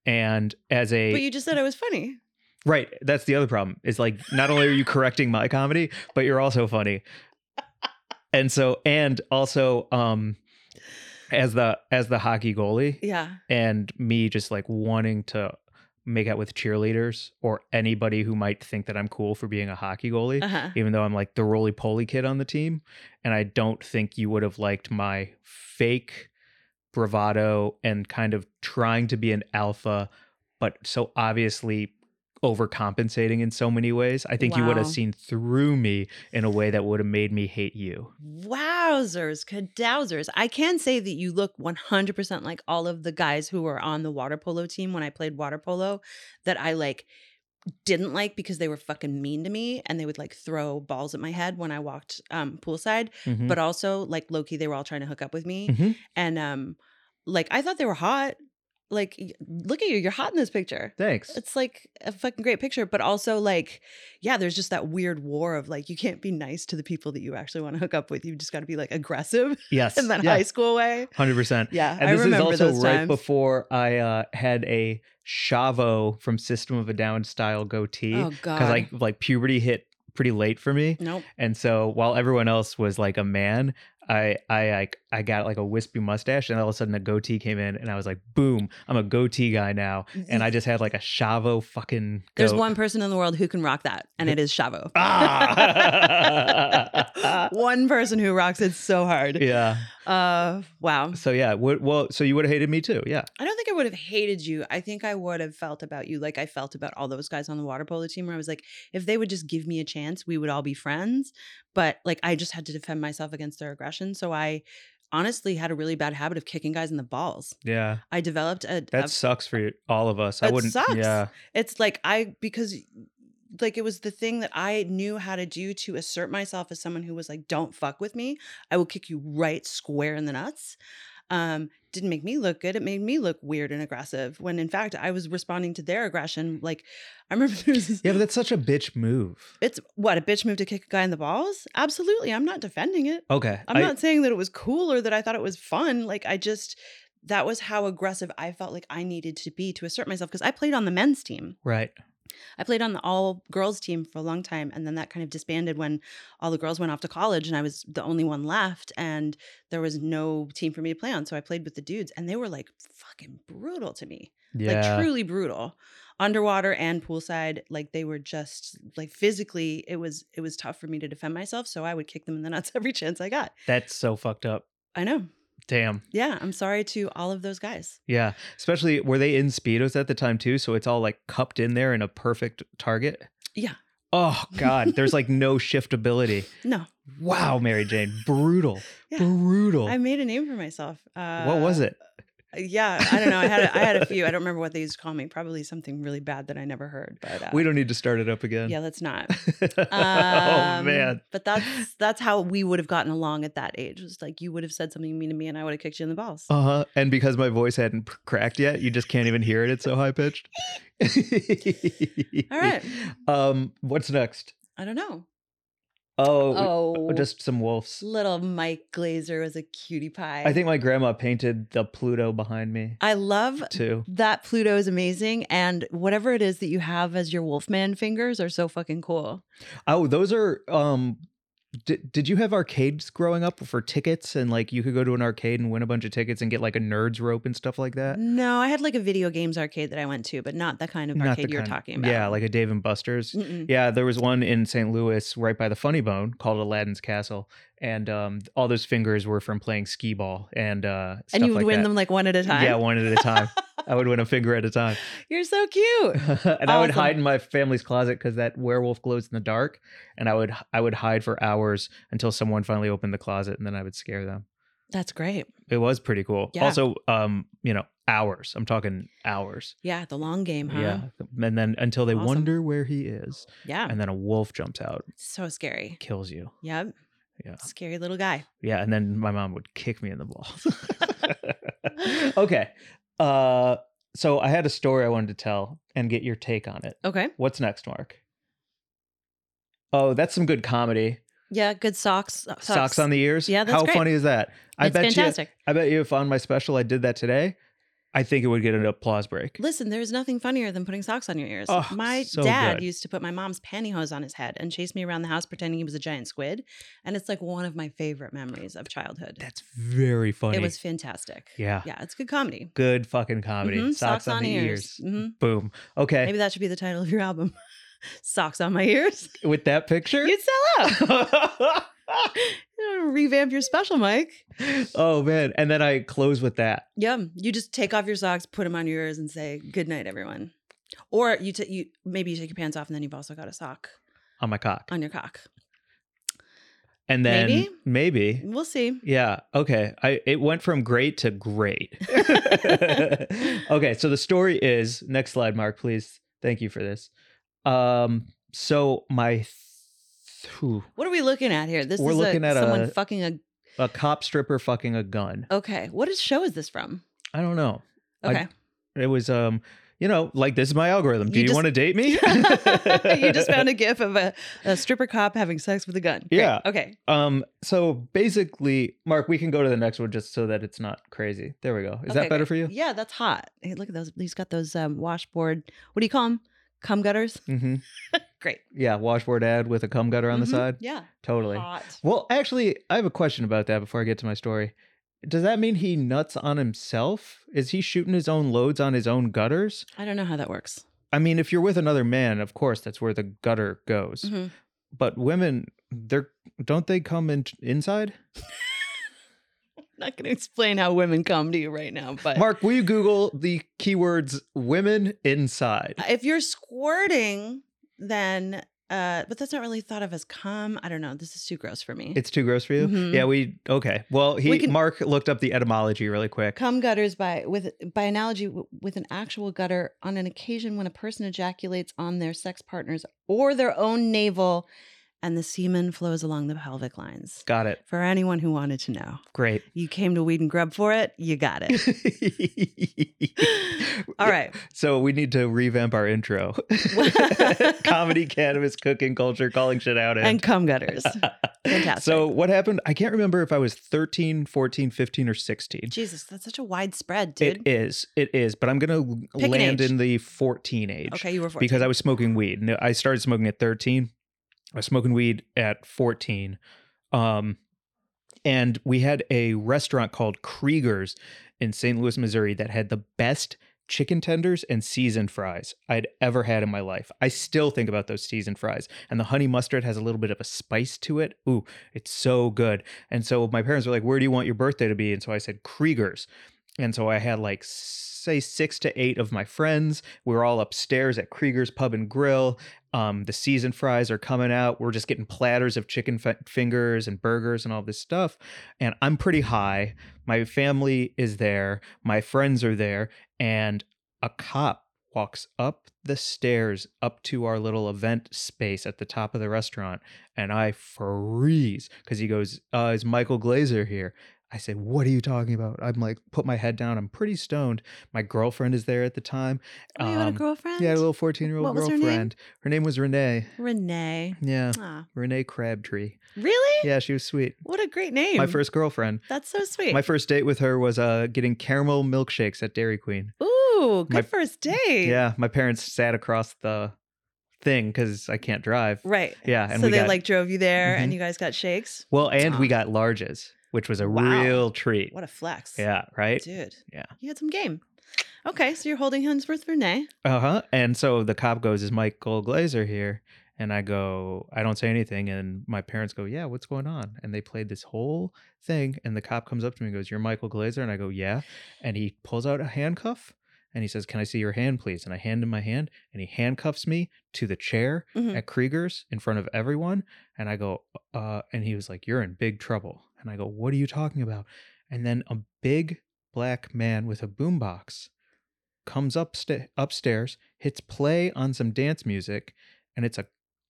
And as a
But you just said I was funny.
right, that's the other problem. Is like not only are you correcting my comedy, but you're also funny. And so and also um as the as the hockey goalie
Yeah.
and me just like wanting to make out with cheerleaders or anybody who might think that I'm cool for being a hockey goalie
Uh-huh.
even though I'm like the roly poly kid on the team. And I don't think you would have liked my fake bravado and kind of trying to be an alpha, but so obviously overcompensating in so many ways. I think you would have
Wow.
seen through me in a way that would have made me hate you.
Wowzers, cadowzers. I can say that you look 100% like all of the guys who were on the water polo team when I played water polo that I like didn't like because they were fucking mean to me and they would like throw balls at my head when I walked um poolside,
Mhm.
but also like low key they were all trying to hook up with me
Mhm.
and um like I thought they were hot. like y- look at you you're hot in this picture
Thanks.
it's like a fucking great picture but also like yeah there's just that weird war of like you can't be nice to the people that you actually want to hook up with you just got to be like aggressive
Yes.
in that
yeah,
high school way
100%.
yeah
And
i
this is
remember
also
those
right
times
before I uh, had a Chavo from System of a Down style goatee.
oh god
because like like puberty hit pretty late for me
nope
and so while everyone else was like a man i i like i got like a wispy mustache and all of a sudden a goatee came in and i was like boom i'm a goatee guy now and i just had like a shavo fucking
there's
goat.
one person in the world who can rock that and it is shavo
ah!
one person who rocks it so hard
yeah
uh wow
so yeah what, well so you would have hated me too yeah
I don't think I would have hated you. I think I would have felt about you like I felt about all those guys on the water polo team where I was like, if they would just give me a chance, we would all be friends. But like I just had to defend myself against their aggression. So I honestly had a really bad habit of kicking guys in the balls.
yeah
I developed a, a-
that sucks for you- all of us i
It
wouldn't
sucks.
yeah
it's like I because like it was the thing that I knew how to do to assert myself as someone who was like, don't fuck with me. I will kick you right square in the nuts. Um, didn't make me look good. It made me look weird and aggressive when in fact I was responding to their aggression. Like I remember there was this,
yeah but that's such a bitch move
it's what a bitch move to kick a guy in the balls? Absolutely. I'm not defending it.
okay
I'm
I-
not saying that it was cool or that I thought it was fun. Like I just that was how aggressive I felt like I needed to be to assert myself because I played on the men's team.
right
I played on the all girls team for a long time, and then that kind of disbanded when all the girls went off to college, and I was the only one left, and there was no team for me to play on. So I played with the dudes, and they were like fucking brutal to me,
yeah
like truly brutal, underwater and poolside. Like they were just like physically, it was it was tough for me to defend myself, so I would kick them in the nuts every chance I got.
that's so fucked up
I know,
damn
yeah, I'm sorry to all of those guys.
Yeah, especially were they in speedos at the time too? So it's all like cupped in there in a perfect target.
Yeah.
Oh God, there's like no shiftability.
No,
Wow, Mary Jane, brutal,
Yeah.
brutal.
I made a name for myself. Uh,
what was it?
Yeah, I don't know. I had a, I had a few. I don't remember what they used to call me. Probably something really bad that I never heard. But uh,
We don't need to start it up again.
Yeah, let's not.
oh
Um,
man.
But that's that's how we would have gotten along at that age. It was like you would have said something mean to me, and I would have kicked you in the balls.
Uh huh. And because my voice hadn't p- cracked yet, you just can't even hear it. It's so high pitched.
All right.
Um, what's next?
I don't know.
Oh,
Oh,
just some wolves.
little Mike Glazer was a cutie pie.
I think my grandma painted the Pluto behind me
I love
too.
that Pluto is amazing, and whatever it is that you have as your Wolfman fingers are so fucking cool.
Oh, those are um did, did you have arcades growing up for tickets and like you could go to an arcade and win a bunch of tickets and get like a nerds rope and stuff like that?
No, I had like a video games arcade that I went to, but not the kind of
Not the
arcade you're
kind-
talking about.
Yeah, like a Dave and Buster's.
Mm-mm.
Yeah, there was one in St. Louis right by the Funny Bone called Aladdin's Castle and um all those fingers were from playing skee ball and uh stuff
and you would
like
win
that.
them like one at a time.
Yeah, one at a time. I would win a finger at a time.
You're so cute.
and I would
Awesome.
hide in my family's closet because that werewolf glows in the dark, and I would I would hide for hours until someone finally opened the closet, and then I would scare them.
That's great.
It was pretty cool.
Yeah.
Also, um, you know, hours. I'm talking hours.
Yeah, the long game, huh?
Yeah, and then until they
Uh-huh. Awesome.
wonder where he is,
Yeah.
and then a wolf jumps out,
So scary.
kills you.
Yep.
Yeah.
Scary little guy.
Yeah, and then my mom would kick me in the balls. okay, uh, so I had a story I wanted to tell and get your take on it.
Okay.
What's next, Mark? Oh, that's some good comedy.
Yeah, good socks.
Socks, on the ears.
Yeah, that's
how
great.
funny is that? I
it's
bet
fantastic.
you. I bet you, if on my special I did that today, I think it would get an applause break.
Listen, there's nothing funnier than putting socks on your ears.
Oh,
my
so
dad
good.
used to put my mom's pantyhose on his head and chase me around the house pretending he was a giant squid. And it's like one of my favorite memories of childhood.
That's very funny.
It was fantastic.
Yeah.
Yeah, it's good comedy.
Good fucking comedy.
Mhm,
Socks, on, the ears.
Mhm.
Boom. Okay.
Maybe that should be the title of your album. Socks on my ears.
With that picture.
You'd sell out. You know, Revamp your special, Mike.
oh man. And then I close with that.
Yeah, you just take off your socks, put them on your ears, and say good night, everyone. Or you, t- you maybe you take your pants off, and then you've also got a sock
On my cock.
on your cock.
And then
Maybe?
maybe
We'll see.
Yeah. Okay. I it went from great to great. okay. So the story is next slide, Mark, please. Thank you for this. Um. So my th- whew,
What are we looking at here? This
We're
is
looking
a,
at
someone
a-
fucking a.
a cop stripper fucking a gun.
Okay, what is show is this from?
I don't know. I-
Okay,
It was um, you know, like this is my algorithm. Do
You
you,
just-
want to date me?
you just found a gif of a, a stripper cop having sex with a gun. Great.
Yeah.
Okay.
Um, so basically, Mark, we can go to the next one just so that it's not crazy. There we go. Is
Okay,
that better
great.
for you?
Yeah, that's hot. Hey, look at those. He's got those um, washboard. What do you call them? Cum gutters.
Mm-hmm.
Great.
Yeah, washboard ad with a cum gutter on
Mhm.
the side.
Yeah.
Totally.
Hot.
Well, actually, I have a question about that before I get to my story. Does that mean he nuts on himself? Is he shooting his own loads on his own gutters?
I don't know how that works.
I mean, if you're with another man, of course, that's where the gutter goes.
Mhm.
But women, they're don't they come in inside?
Not going to explain how women come to you right now, but
Mark, will you Google the keywords "women inside"?
if you're squirting, then uh, but that's not really thought of as cum. I don't know. This is too gross for me.
It's too gross for you.
Mhm.
Yeah, we okay. Well, he
We can-
Mark looked up the etymology really quick.
Cum gutters by with by analogy w- with an actual gutter on an occasion when a person ejaculates on their sex partners or their own navel, and the semen flows along the pelvic lines.
Got it.
For anyone who wanted to know,
Great.
you came to Weed and Grub for it. You got it. All right.
So we need to revamp our intro. Comedy, cannabis, cooking, culture, calling shit out.
and cum gutters. Fantastic.
so what happened? I can't remember if I was 13, 14, 15, or 16.
Jesus, that's such a widespread, dude.
It is. It is. But I'm going to
Pick an
land
age.
in the 14 age.
okay, you were 14.
because I was smoking weed. No, I started smoking at 13. I was smoking weed at 14. Um, and we had a restaurant called Krieger's in St. Louis, Missouri that had the best chicken tenders and seasoned fries I'd ever had in my life. I still think about those seasoned fries. And the honey mustard has a little bit of a spice to it. Ooh, it's so good. And so my parents were like, Where do you want your birthday to be? And so I said, Krieger's. And so I had like, say, six to eight of my friends. We were all upstairs at Krieger's Pub and Grill. Um, the seasoned fries are coming out. We're just getting platters of chicken fi- fingers and burgers and all this stuff. And I'm pretty high. My family is there. My friends are there. And a cop walks up the stairs up to our little event space at the top of the restaurant. And I freeze because he goes, uh, Is Michael Glazer here? I said, What are you talking about? I'm like, put my head down. I'm pretty stoned. My girlfriend is there at the time.
oh, you had a
Um,
girlfriend?
yeah, a little 14 year old
What was her name?
girlfriend. Her name was Renee.
Renee.
Yeah,
Ah,
Renee Crabtree.
really?
Yeah, she was sweet.
What a great name.
My first girlfriend.
That's so sweet.
My first date with her was uh, getting caramel milkshakes at Dairy Queen.
Ooh, good
my-
first date.
Yeah, my parents sat across the thing because I can't drive.
Right.
Yeah, and
so
we
they
got-
like drove you there and
Mhm.
you guys got shakes.
Well, and we
Aw.
got larges, which was a
Wow.
real treat.
What a flex.
Yeah, right?
Dude.
Yeah.
You had some game. Okay, so you're holding hands with Renee.
Uh huh. And so the cop goes, Is Michael Glazer here? And I go, I don't say anything. And my parents go, Yeah, what's going on? And they played this whole thing. And the cop comes up to me and goes, You're Michael Glazer? And I go, Yeah. And he pulls out a handcuff and he says, Can I see your hand, please? And I hand him my hand and he handcuffs me to the chair
Mhm.
at Krieger's in front of everyone. And I go, uh, and he was like, You're in big trouble. And I go, What are you talking about? And then a big black man with a boombox comes upsta- upstairs, hits play on some dance music, and it's a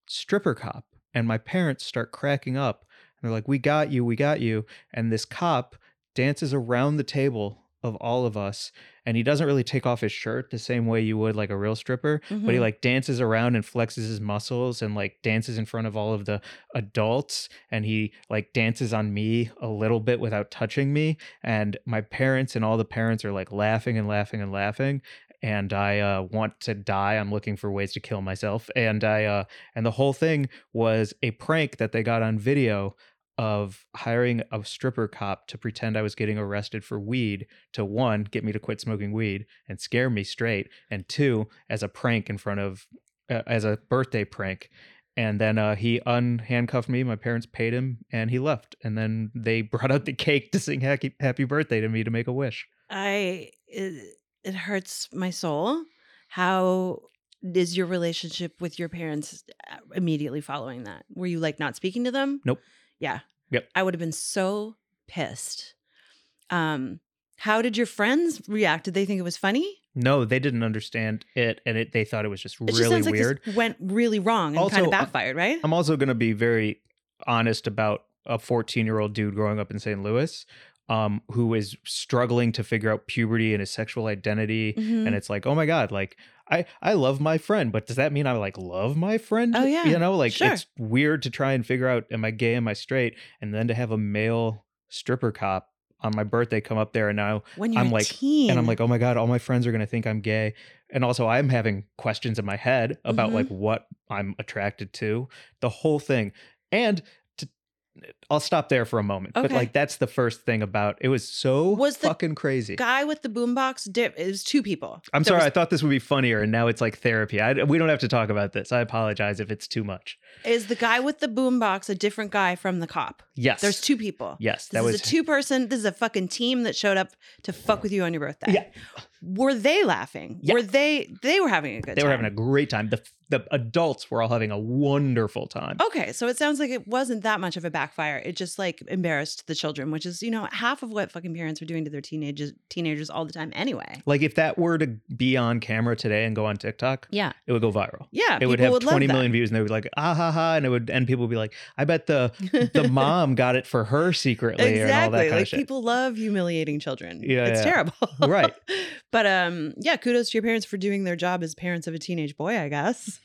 stripper cop. And my parents start cracking up. And they're like, We got you, we got you. And this cop dances around the table of all of us. And he doesn't really take off his shirt the same way you would like a real stripper but he
Mhm.
like dances around and flexes his muscles and like dances in front of all of the adults and he like dances on me a little bit without touching me and my parents and all the parents are like laughing and laughing and laughing and i uh, want to die i'm looking for ways to kill myself and i uh, and the whole thing was a prank that they got on video of hiring a stripper cop to pretend I was getting arrested for weed to one, get me to quit smoking weed and scare me straight, and two, as a prank in front of, uh, as a birthday prank. And then uh, he unhandcuffed me. My parents paid him, and he left. And then they brought out the cake to sing happy, happy birthday to me to make a wish.
I it, it hurts my soul. How is your relationship with your parents uh, immediately following that? Were you like not speaking to them?
Nope.
Yeah.
Yep.
I would have been so pissed. Um how did your friends react? Did they think it was funny?
No, they didn't understand it, and it, they thought it was just
It just
really
sounds like
weird.
this went really wrong and kind
Also,
of
uh,
backfired, right?
I'm also going to be very honest about a 14 year old dude growing up in St. Louis. um, who is struggling to figure out puberty and his sexual identity.
Mhm.
And it's like, oh my God, like I, I love my friend, but does that mean I like love my friend?
Oh, yeah.
You know, like
Sure.
it's weird to try and figure out am I gay, am I straight? And then to have a male stripper cop on my birthday come up there and now
when you're
I'm
a
like-
teen.
and I'm like, oh my God, all my friends are going to think I'm gay. And also, I'm having questions in my head about
Mhm.
like what I'm attracted to, the whole thing. And to, I'll stop there for a moment. But
Okay.
like, that's the first thing about it was so
Was the
fucking crazy.
guy with the boombox dip is two people.
I'm
There
sorry, I
was-
thought this would be funnier. And now it's like therapy. I, we don't have to talk about this. I apologize if it's too much.
is the guy with the boombox a different guy from the cop?
Yes.
There's two people.
Yes.
This
that
is
was
a two person, this is a fucking team that showed up to fuck with you on your birthday.
Yeah.
Were they laughing?
Yeah.
Were they they were having a good
They
time?
were having a great time. The, the adults were all having a wonderful time.
Okay, so it sounds like it wasn't that much of a backfire. It just like embarrassed the children, which is, you know, half of what fucking parents are doing to their teenagers teenagers all the time anyway.
Like, if that were to be on camera today and go on TikTok,
Yeah.
it would go viral.
Yeah.
it would
people
have
love
twenty million
that.
views and they would like ah ha ha and it would and people would be like i bet the the mom got it for her secretly
exactly.
and all that kind
like
of shit
people love humiliating children.
Yeah,
it's
yeah.
terrible.
Right.
but um, yeah, kudos to your parents for doing their job as parents of a teenage boy. I guess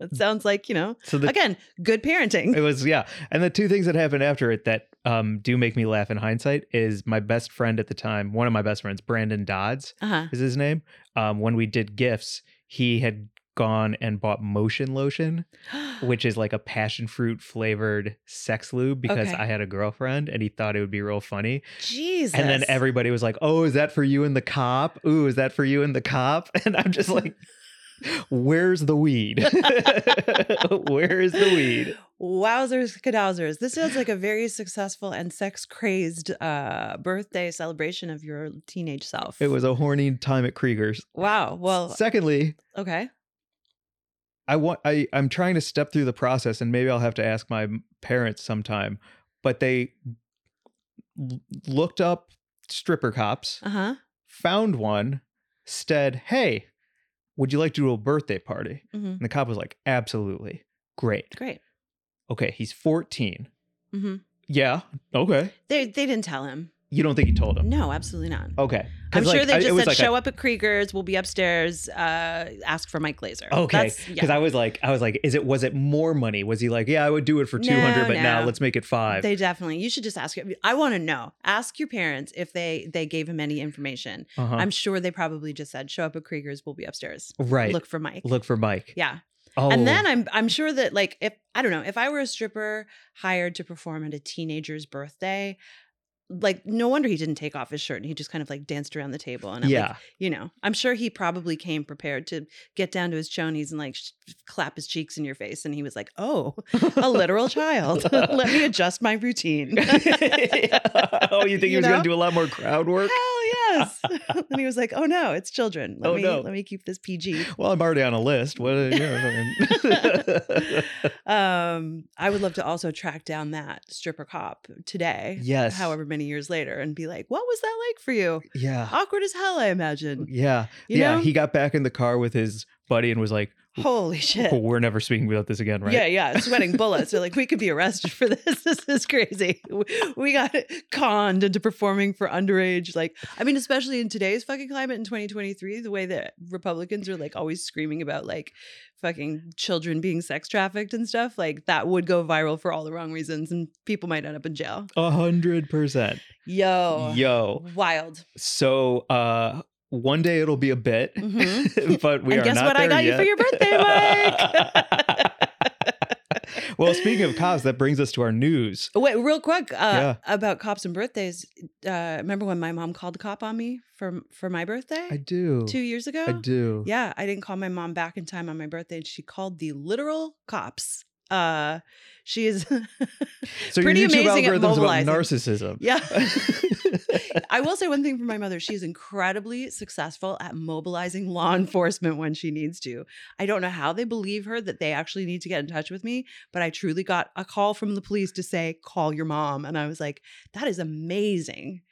it sounds like you know.
so the,
Again, good parenting.
it was yeah and the two things that happened after it that um do make me laugh in hindsight is my best friend at the time one of my best friends brandon dodds
Uh huh.
is his name um when we did gifts he had gone and bought motion lotion
Uh-huh.
which is like a passion fruit flavored sex lube because
Okay.
i had a girlfriend and he thought it would be real funny
Jesus.
And then everybody was like, "Oh, is that for you and the cop? Ooh, is that for you and the cop?" And I'm just like, "Where's the weed? Where is the weed?"
Wowzers, cadowzers. This sounds like a very successful and sex crazed uh, birthday celebration of your teenage self.
It was a horny time at Krieger's.
Wow. Well,
secondly,
okay.
I want I I'm trying to step through the process, and maybe I'll have to ask my parents sometime. But they l- looked up stripper cops,
Uh huh.
found one, said, "Hey, would you like to do a birthday party?"
hmm
And the cop was like, "Absolutely, great."
Great.
okay, he's 14.
hmm
Yeah. Okay.
They they didn't tell him.
You don't think he told him?
No, absolutely not.
Okay.
I'm sure they just said, "Show up at Krieger's. We'll be upstairs. Uh, ask for Mike Glazer."
Okay.
That's-
Because I was like, I was like, is it was it more money? Was he like, yeah, I would do it for
No,
200, but now
no.
let's make it five.
They definitely. You should just ask. I want to know. Ask your parents if they they gave him any information.
uh-huh.
I'm sure they probably just said, "Show up at Krieger's. We'll be upstairs.
right. Look,
Look for Mike."
for Mike.
Yeah.
Oh.
And then I'm I'm sure that like if I don't know, if I were a stripper hired to perform at a teenager's birthday, like no wonder he didn't take off his shirt and he just kind of like danced around the table and I'm like,
yeah.
you know, I'm sure he probably came prepared to get down to his chonies and like sh- clap his cheeks in your face. And he was like, oh, a literal child. Let me adjust my routine.
oh, you think he
You
was going to
know?
do a lot more crowd work?
Hell yes. and he was like, oh no, it's children. Let
Oh,
me
no.
let me keep this PG.
Well, I'm already on a list. What? yeah, fucking-
Um, I would love to also track down that stripper cop today.
Yes.
However many years later and be like, what was that like for you?
yeah.
Awkward as hell, I imagine.
Yeah.
Oh, You
Mm, yeah.
know?
He got back in the car with his buddy and was like,
Holy shit.
"Well, we're never speaking about this again, right?
Yeah, yeah, sweating bullets. They're like, we could be arrested for this. This is crazy. We got conned into performing for underage. Like, I mean, especially in today's fucking climate in 2023, the way that Republicans are like always screaming about like fucking children being sex trafficked and stuff, like that would go viral for all the wrong reasons and people might end up in jail.
A hundred percent.
Yo.
Yo.
Wild.
So uh one day it'll be a bit,
Mhm.
but we
and
are
guess
not
what
there
I got you for
yet.
your birthday, Mike?
well, speaking of cops, that brings us to our news.
Wait, real quick uh, about cops and birthdays. Uh, remember when my mom called the cop on me for for my birthday
I do.
two years ago?
I do.
Yeah, I didn't call my mom back in time on my birthday, and she called the literal cops. Uh, she is,
So
Pretty
your YouTube
amazing at
algorithm's about
mobilizing.
narcissism.
yeah. I will say one thing for my mother. She is incredibly successful at mobilizing law enforcement when she needs to. I don't know how they believe her that they actually need to get in touch with me, but I truly got a call from the police to say, call your mom. And I was like, that is amazing.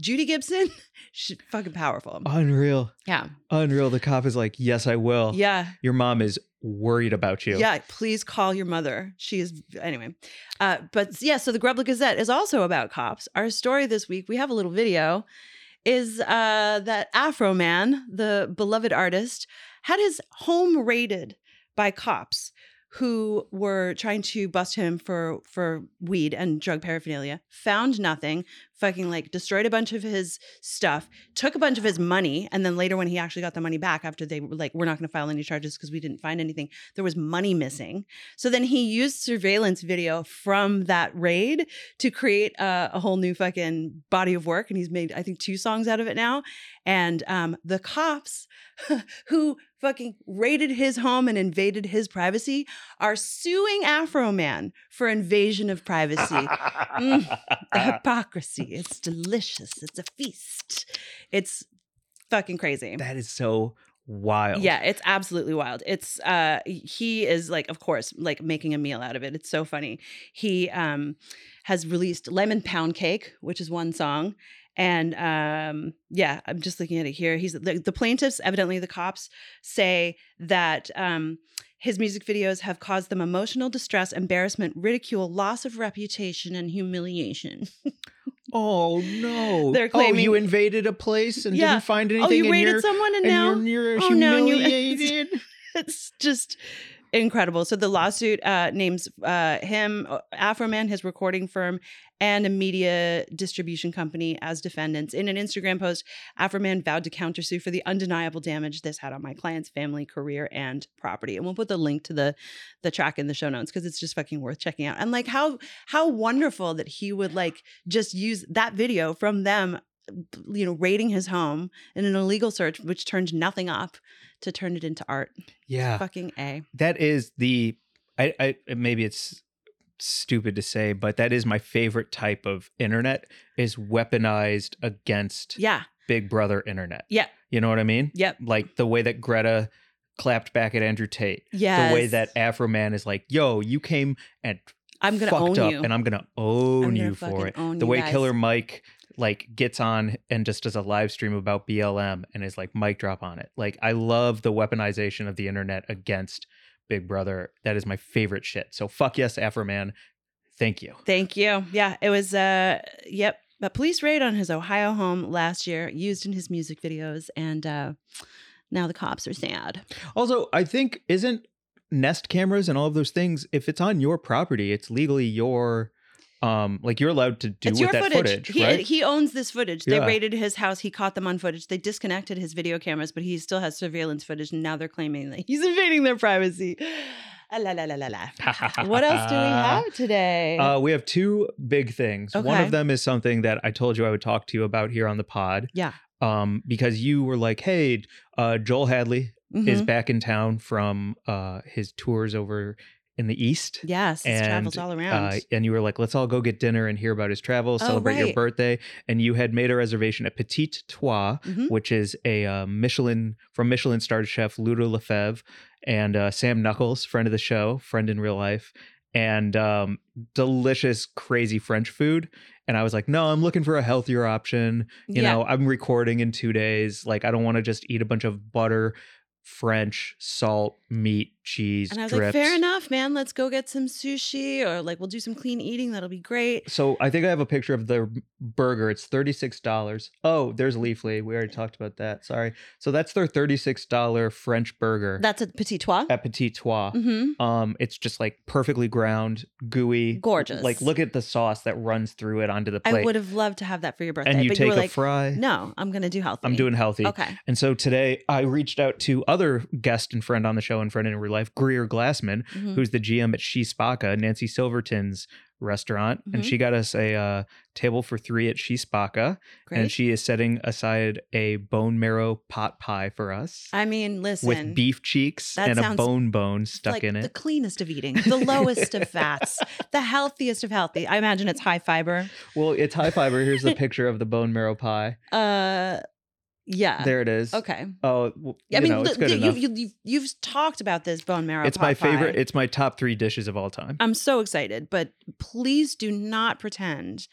Judy Gibson, she's fucking powerful.
Unreal.
Yeah.
Unreal. The cop is like, yes, I will.
Yeah.
Your mom is worried about you.
Yeah, please call your mother. She is anyway. Uh, but yeah, so the Grubla Gazette is also about cops. Our story this week, we have a little video, is uh, that Afro Man, the beloved artist, had his home raided by cops who were trying to bust him for for weed and drug paraphernalia. Found nothing, fucking like destroyed a bunch of his stuff, took a bunch of his money, and then later when he actually got the money back after they were like we're not going to file any charges because we didn't find anything, there was money missing. So then he used surveillance video from that raid to create uh, a whole new fucking body of work and he's made I think two songs out of it now. And um the cops who fucking raided his home and invaded his privacy are suing Afro Man for invasion of privacy. Mm, the hypocrisy. It's delicious. It's a feast. It's fucking crazy.
That is so wild.
Yeah, it's absolutely wild. It's uh he is like of course like making a meal out of it. It's so funny. He um has released Lemon Pound Cake, which is one song. And um yeah, I'm just looking at it here. He's the, the plaintiffs, evidently the cops say that um his music videos have caused them emotional distress, embarrassment, ridicule, loss of reputation, and humiliation.
Oh no.
They're
oh,
claiming-
you invaded a place and
Yeah.
didn't find anything.
oh, you
and
raided
you're,
someone and,
and
now
you're, you're
Oh, no, you-
humiliated.
it's just incredible. So the lawsuit uh, names uh, him, Afroman, his recording firm, and a media distribution company as defendants. In an Instagram post, Afroman vowed to countersue for the undeniable damage this had on my client's family, career, and property. And we'll put the link to the the track in the show notes because it's just fucking worth checking out. And like how how wonderful that he would like just use that video from them you know raiding his home in an illegal search which turned nothing up to turn it into art
yeah.
fucking a
that is the I, I maybe it's stupid to say but that is my favorite type of internet is weaponized against
yeah
big brother internet
Yeah.
you know what i mean
Yep.
like the way that greta clapped back at andrew tate
yeah
the way that afro man is like yo you came and
i'm gonna
fucked
own
up
you
and i'm gonna own
I'm gonna
you for
fucking
it
own
the
you
way
guys.
killer mike like gets on and just does a live stream about blm and is like mic drop on it like i love the weaponization of the internet against big brother that is my favorite shit so fuck yes afro man thank you
thank you yeah it was uh yep a police raid on his ohio home last year used in his music videos and uh now the cops are sad
also i think isn't nest cameras and all of those things if it's on your property it's legally your um like you're allowed to do with
it's your
that footage,
footage, he,
right
he owns this footage they
Yeah.
raided his house he caught them on footage they disconnected his video cameras but he still has surveillance footage and now they're claiming that he's invading their privacy Ah, la la la la la what else do we have today
Uh, we have two big things. One
Okay.
of them is something that I told you I would talk to you about here on the pod.
Yeah.
Um, because you were like, hey, uh, Joel Hadley
Mhm.
is back in town from uh, his tours over in the East.
yes it
and,
travels all around
Uh, and you were like, let's all go get dinner and hear about his travels,
Oh,
celebrate your
right.
birthday. And you had made a reservation at Petite Trois,
Mhm.
which is a uh, Michelin from Michelin starred chef Ludo Lefebvre and uh, Sam Knuckles, friend of the show, friend in real life, and um, delicious, crazy French food. And I was like, no, I'm looking for a healthier option. You
yeah.
know, I'm recording in two days. Like, I don't want to just eat a bunch of butter. French salt, meat, cheese,
And I was
drips.
like, fair enough, man. Let's go get some sushi or like we'll do some clean eating. That'll be great.
So I think I have a picture of the burger. It's thirty six dollars. Oh, there's Leafly. We already talked about that. Sorry. So that's their thirty six dollar French burger
That's a petit trois.
at Petit Trois.
Mm-hmm.
Um, it's just like perfectly ground, gooey,
Gorgeous.
Like look at the sauce that runs through it onto the
I
plate.
would have loved to have that for your birthday.
and you
but
take
you were
a
like,
fry.
no, I'm going to do healthy.
I'm doing healthy.
Okay.
And so today I reached out to other guest and friend on the show and friend in real life, Greer Glassman,
Mhm.
who's the GM at She Spaca, Nancy Silverton's restaurant, and
Mhm.
she got us a uh, table for three at She Spaca,
Great.
and she is setting aside a bone marrow pot pie for us
I mean, listen.
with beef cheeks
that
and a
sounds
bone bone stuck
like
in
the
it.
cleanest of eating, the lowest of fats, the healthiest of healthy. I imagine it's high fiber.
well, it's high fiber. Here's the picture of the bone marrow pie.
Uh, Yeah.
There it is.
okay.
Oh, well,
I
you
mean,
know, it's
look,
good
you,
enough.
you, you've, you've talked about this bone marrow.
it's my
pot pie. Ah,
favorite. It's my top three dishes of all time.
I'm so excited, but please do not pretend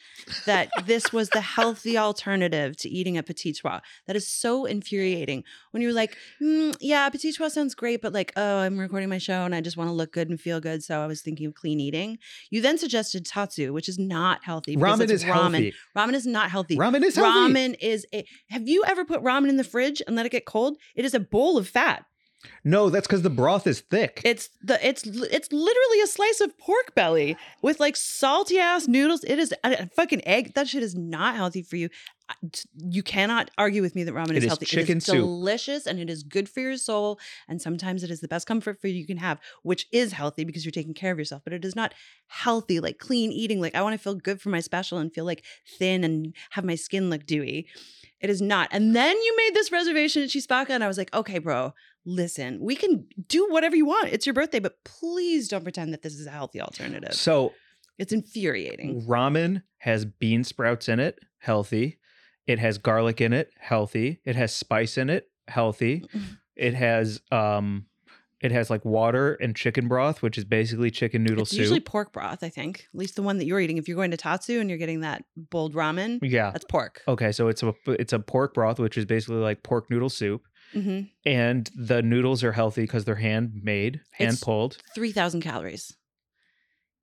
that this was the healthy alternative to eating a petit trois. That is so infuriating. When you're like, mm, yeah, petit trois sounds great, but like, oh, I'm recording my show and I just want to look good and feel good, so I was thinking of clean eating. You then suggested tatsu, which is not healthy. because
Ramen
it's
is
ramen.
healthy.
Ramen is not healthy.
Ramen is healthy.
Ramen is a. Have you ever put ramen in the fridge and let it get cold? It is a bowl of fat.
No, that's because the broth is thick.
It's the it's li- it's literally a slice of pork belly with like salty ass noodles. It is a, a fucking egg. That shit is not healthy for you. I- t- You cannot argue with me that ramen
It
is
is
healthy.
chicken
it is
soup.
delicious and it is good for your soul. And sometimes it is the best comfort food you can have, which is healthy because you're taking care of yourself. But it is not healthy, like clean eating. Like I want to feel good for my special and feel like thin and have my skin look dewy. It is not. And then you made this reservation at Chispaca, and I was like, okay, bro, listen, we can do whatever you want. It's your birthday, but please don't pretend that this is a healthy alternative.
so
It's infuriating.
ramen has bean sprouts in it, healthy. It has garlic in it, healthy. It has spice in it, healthy. It has um it has like water and chicken broth, which is basically chicken noodle
It's
soup.
usually pork broth, I think. At least the one that you're eating. If you're going to Tatsu and you're getting that bold ramen,
yeah. Oh.
that's pork.
Okay, so it's a it's a pork broth, which is basically like pork noodle soup,
hmm
and the noodles are healthy because they're handmade, hand pulled.
3,000 calories.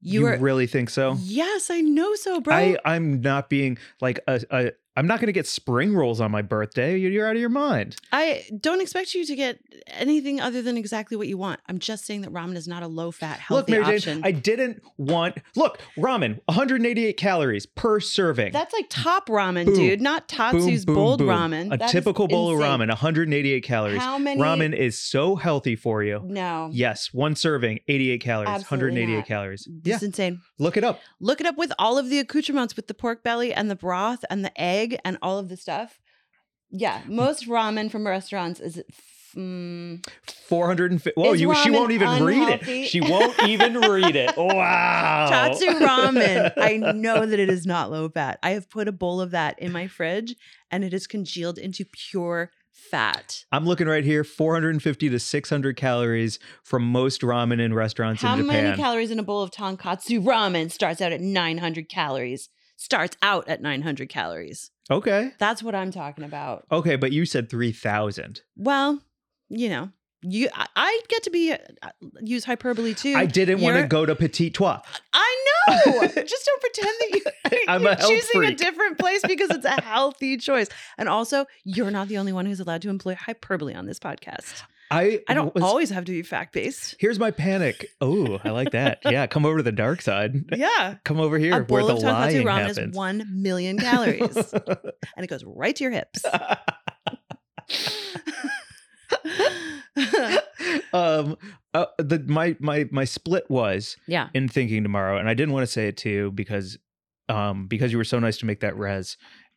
You,
You,
are.
really think so?
Yes, I know so, bro.
I I'm not being like a, a I'm not gonna get spring rolls on my birthday. You- You're out of your mind.
I don't expect you to get anything other than exactly what you want. I'm just saying that ramen is not a low fat,
Look,
healthy
Mary
option.
Jane, I didn't want. Look, ramen, 188 calories per serving.
That's like top ramen,
Boom. dude,
dude, not
Boom,
Tatsu's
boom,
bold
boom.
ramen.
A typical bowl of ramen, 188 calories.
How many-
Ramen is so healthy for you.
No.
Yes, one serving, 88 calories,
Absolutely
188
not.
calories.
This
Yeah,
is insane.
look it up.
Look it up with all of the accoutrements with the pork belly and the broth and the egg and all of the stuff.
Mm.
Yeah, most ramen from restaurants is mm,
450. Whoa,
Is
you, she
ramen
won't even read
unhealthy?
it. She won't even read it. Wow.
Tatsu ramen. I know that it is not low fat. I have put a bowl of that in my fridge and it is congealed into pure fat.
I'm looking right here 450 to 600 calories from most ramen in restaurants
How
in Japan.
many calories in a bowl of tonkatsu ramen starts out at 900 calories? Starts out at 900 calories.
okay.
That's what I'm talking about.
Okay, but you said 3,000.
Well, you know, you I, I get to be uh, use hyperbole too.
I didn't want to
You're-
go to Petit Trois.
I know. Just don't pretend that you,
I'm a
you're
health
choosing a
freak.
different place because it's a healthy choice. And also, you're not the only one who's allowed to employ hyperbole on this podcast.
I
I don't
was-
always have to be fact based.
Here's my panic. Oh, I like that. Yeah, come over to the dark side.
Yeah.
Come over here
A
where
bowl
the
of tonkatsu
lying
ramen
happens.
is 1 million calories and it goes right to your hips.
um, uh, the my my my split was
yeah.
in thinking tomorrow, and I didn't want to say it to you because, um, because you were so nice to make that res.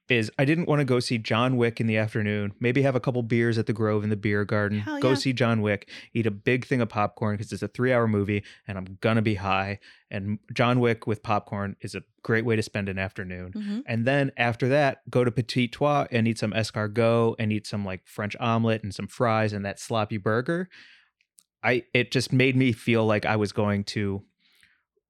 Is I didn't want to go see John Wick in the afternoon. Maybe have a couple beers at the Grove in the beer garden.
Hell
Go
yeah.
see John Wick. Eat a big thing of popcorn because it's a three-hour movie, and I'm gonna be high. And John Wick with popcorn is a great way to spend an afternoon.
Mhm.
And then after that, go to Petit Trois and eat some escargot and eat some like French omelet and some fries and that sloppy burger. I it just made me feel like I was going to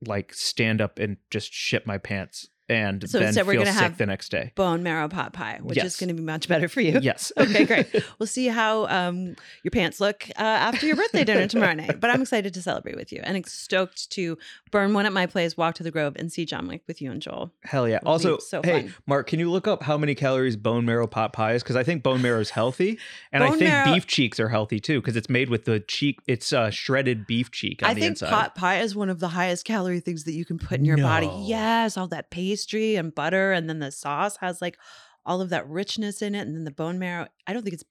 like stand up and just shit my pants and
So
then
instead we're
feel
gonna
sick
have-
the next day.
Bone marrow pot pie, which
Yes.
is going to be much better for you.
Yes.
Okay, great. We'll see how um, your pants look uh, after your birthday dinner tomorrow night. But I'm excited to celebrate with you and ex- stoked to burn one at my place, walk to the Grove, and see John Wick with you and Joel.
Hell yeah.
It'll be
Also,
so
hey,
fun.
Mark, can you look up how many calories bone marrow pot pie is? Because I think bone marrow is healthy. And I
Bone
think
marrow-
beef cheeks are healthy too, because it's made with the cheek, it's uh, shredded beef cheek on
I
the
think
inside.
pot pie is one of the highest calorie things that you can put in your body.
No.
Yes, all that pastry and butter, and then the sauce has like all of that richness in it, and then the bone marrow. I don't think it's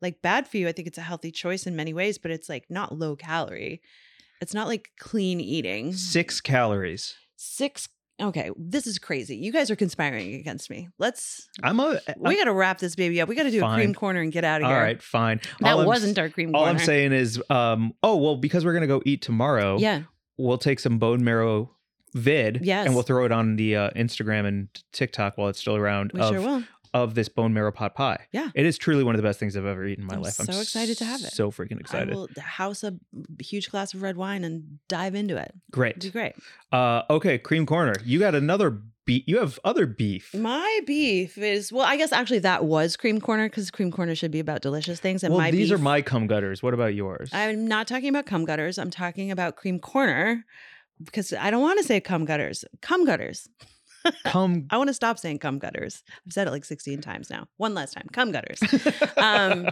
like bad for you. I think it's a healthy choice in many ways, but it's like not low calorie. It's not like clean eating.
Six calories.
Six. Okay, this is crazy. You guys are conspiring against me. Let's.
I'm a.
we got to wrap this baby up. We got to do a
Fine.
cream corner and get out of
all
here.
right, fine.
That
All I'm-
wasn't our cream
all
corner.
I'm saying is, um, oh well, because we're gonna go eat tomorrow.
Yeah.
we'll take some bone marrow vid.
Yes.
and we'll throw it on the uh, Instagram and TikTok while it's still around.
We
of
sure will.
of this bone marrow pot pie.
Yeah.
It is truly one of the best things I've ever eaten in my
I'm
life.
so excited to have it.
So freaking excited.
I will house a huge glass of red wine and dive into it. It'd be
Great.
great.
Uh, okay, cream corner. You got another beef. You have other beef.
My beef is well, I guess actually that was cream corner because cream corner should be about delicious things. And
well,
my
these are
beef-
my cum gutters. What about yours?
I'm not talking about cum gutters. I'm talking about cream corner because I don't want to say cum gutters. Cum gutters.
cum.
I want to stop saying cum gutters. I've said it like 16 times now. One last time, cum gutters. Um,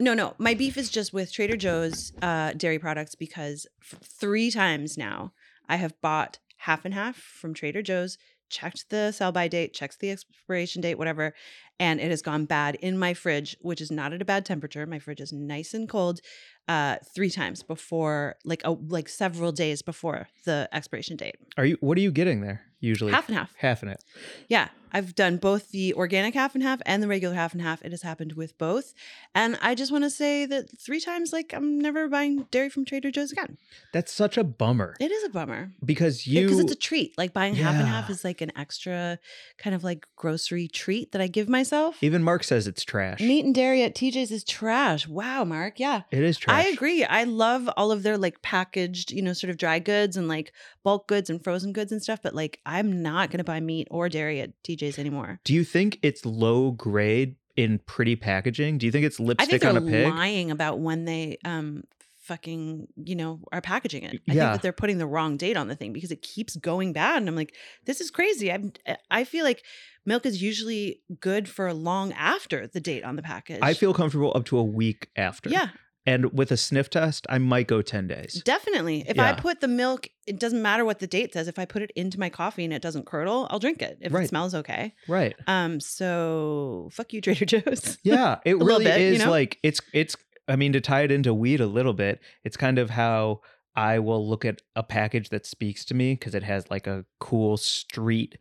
no, no, my beef is just with Trader Joe's uh, dairy products because f- three times now I have bought half and half from Trader Joe's, checked the sell by date, checked the expiration date, whatever, and it has gone bad in my fridge, which is not at a bad temperature. My fridge is nice and cold. Uh, three times before, like a, like several days before the expiration date,
Are you? What are you getting there usually?
half and half.
Half in it.
Yeah, I've done both the organic half and half and the regular half and half. It has happened with both. And I just want to say that three times, like, I'm never buying dairy from Trader Joe's again.
That's such a bummer
It is a bummer.
because you.
Because it's a treat. Like, buying half and half
Yeah.
is like an extra kind of like grocery treat that I give myself.
even Mark says it's trash.
Meat and dairy at TJ's is trash. Wow, Mark. Yeah.
It is trash.
I agree. I love all of their like packaged, you know, sort of dry goods and like bulk goods and frozen goods and stuff. But like, I'm not going to buy meat or dairy at TJ's anymore.
Do you think it's low grade in pretty packaging? Do you think it's
I think
lipstick
they're
on a pig?
lying about when they um fucking you know are packaging it. I
Yeah.
think that they're putting the wrong date on the thing because it keeps going bad, and I'm like, this is crazy. I'm eh, I feel like milk is usually good for long after the date on the package.
I feel comfortable up to a week after.
yeah,
And with a sniff test, I might go 10 days.
definitely. If I
Yeah.
put the milk, it doesn't matter what the date says. If I put it into my coffee and it doesn't curdle, I'll drink it if
Right.
it smells okay.
Right.
Um, so fuck you, Trader Joe's.
Yeah. It
little
really
bit, you
is
know?
like it's it's I mean, to tie it into weed a little bit, it's kind of how I will look at a package that speaks to me because it has like a cool street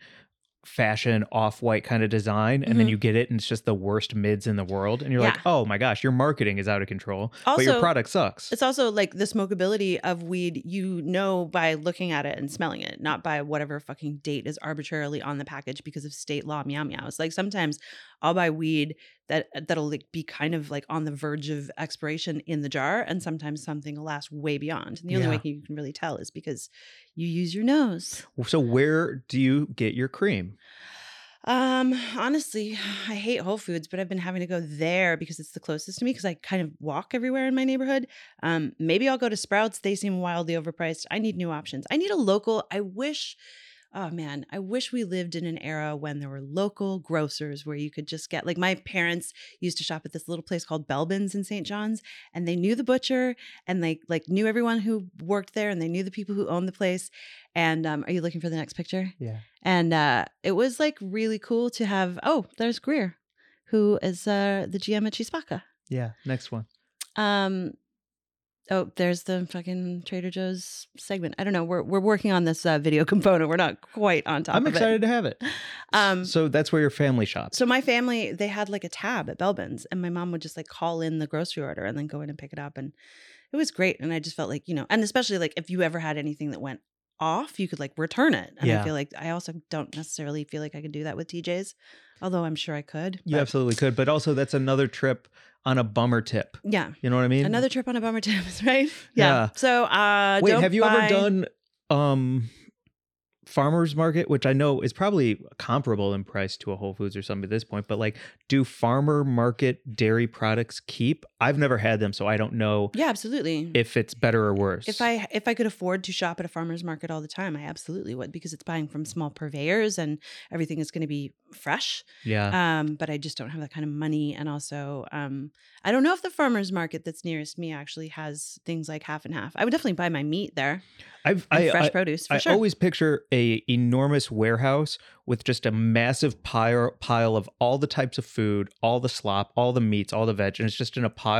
fashion off-white kind of design and then
Mhm.
you get it and it's just the worst mids in the world and you're
Yeah.
like oh my gosh your marketing is out of control but your
Also,
product sucks
It's also like the smokability of weed, you know, by looking at it and smelling it, not by whatever fucking date is arbitrarily on the package because of state law meow meow. It's like sometimes I'll buy weed that that'll like be kind of like on the verge of expiration in the jar, and sometimes something will last way beyond. And the only
Yeah.
way you can really tell is because you use your nose.
so where do you get your cream
Um, honestly, I hate Whole Foods, but I've been having to go there because it's the closest to me because I kind of walk everywhere in my neighborhood. Um, maybe I'll go to Sprouts. They seem wildly overpriced. I need new options. I need a local. I wish oh man, I wish we lived in an era when there were local grocers where you could just get like my parents used to shop at this little place called Belbin's in St. John's and they knew the butcher and they like knew everyone who worked there and they knew the people who owned the place. And um, are you looking for the next picture?
Yeah.
And uh, it was like really cool to have. Oh, there's Greer, who is uh, the GM at Chispaca.
yeah next one
Um, oh, there's the fucking Trader Joe's segment. I don't know. We're we're working on this uh, video component. We're not quite on top.
i'm
of it.
excited to have it
Um,
so that's where your family shops
so my family, they had like a tab at Belbin's, and my mom would just like call in the grocery order and then go in and pick it up, and it was great. And I just felt like you know, and especially like if you ever had anything that went off, you could like return it. And
Yeah.
I feel like I also don't necessarily feel like I can do that with TJ's, although I'm sure I could.
You
but-
absolutely could, but also that's another trip on a bummer tip.
yeah.
You know what I mean?
Another trip on a bummer tip, right?
Yeah.
So uh,
Wait,
don't
have you
buy-
ever done um farmers market, which I know is probably comparable in price to a Whole Foods or something at this point, but like do farmer market dairy products keep? I've never had them, so I don't know
Yeah, absolutely.
if it's better or worse.
If I if I could afford to shop at a farmer's market all the time, I absolutely would because it's buying from small purveyors and everything is going to be fresh.
Yeah.
Um, but I just don't have that kind of money, and also um, I don't know if the farmer's market that's nearest me actually has things like half and half. I would definitely buy my meat there,
I've
and
I,
fresh
I,
produce for
I
sure.
always picture a enormous warehouse with just a massive pile pile of all the types of food, all the slop, all the meats, all the veg, and it's just in a pile.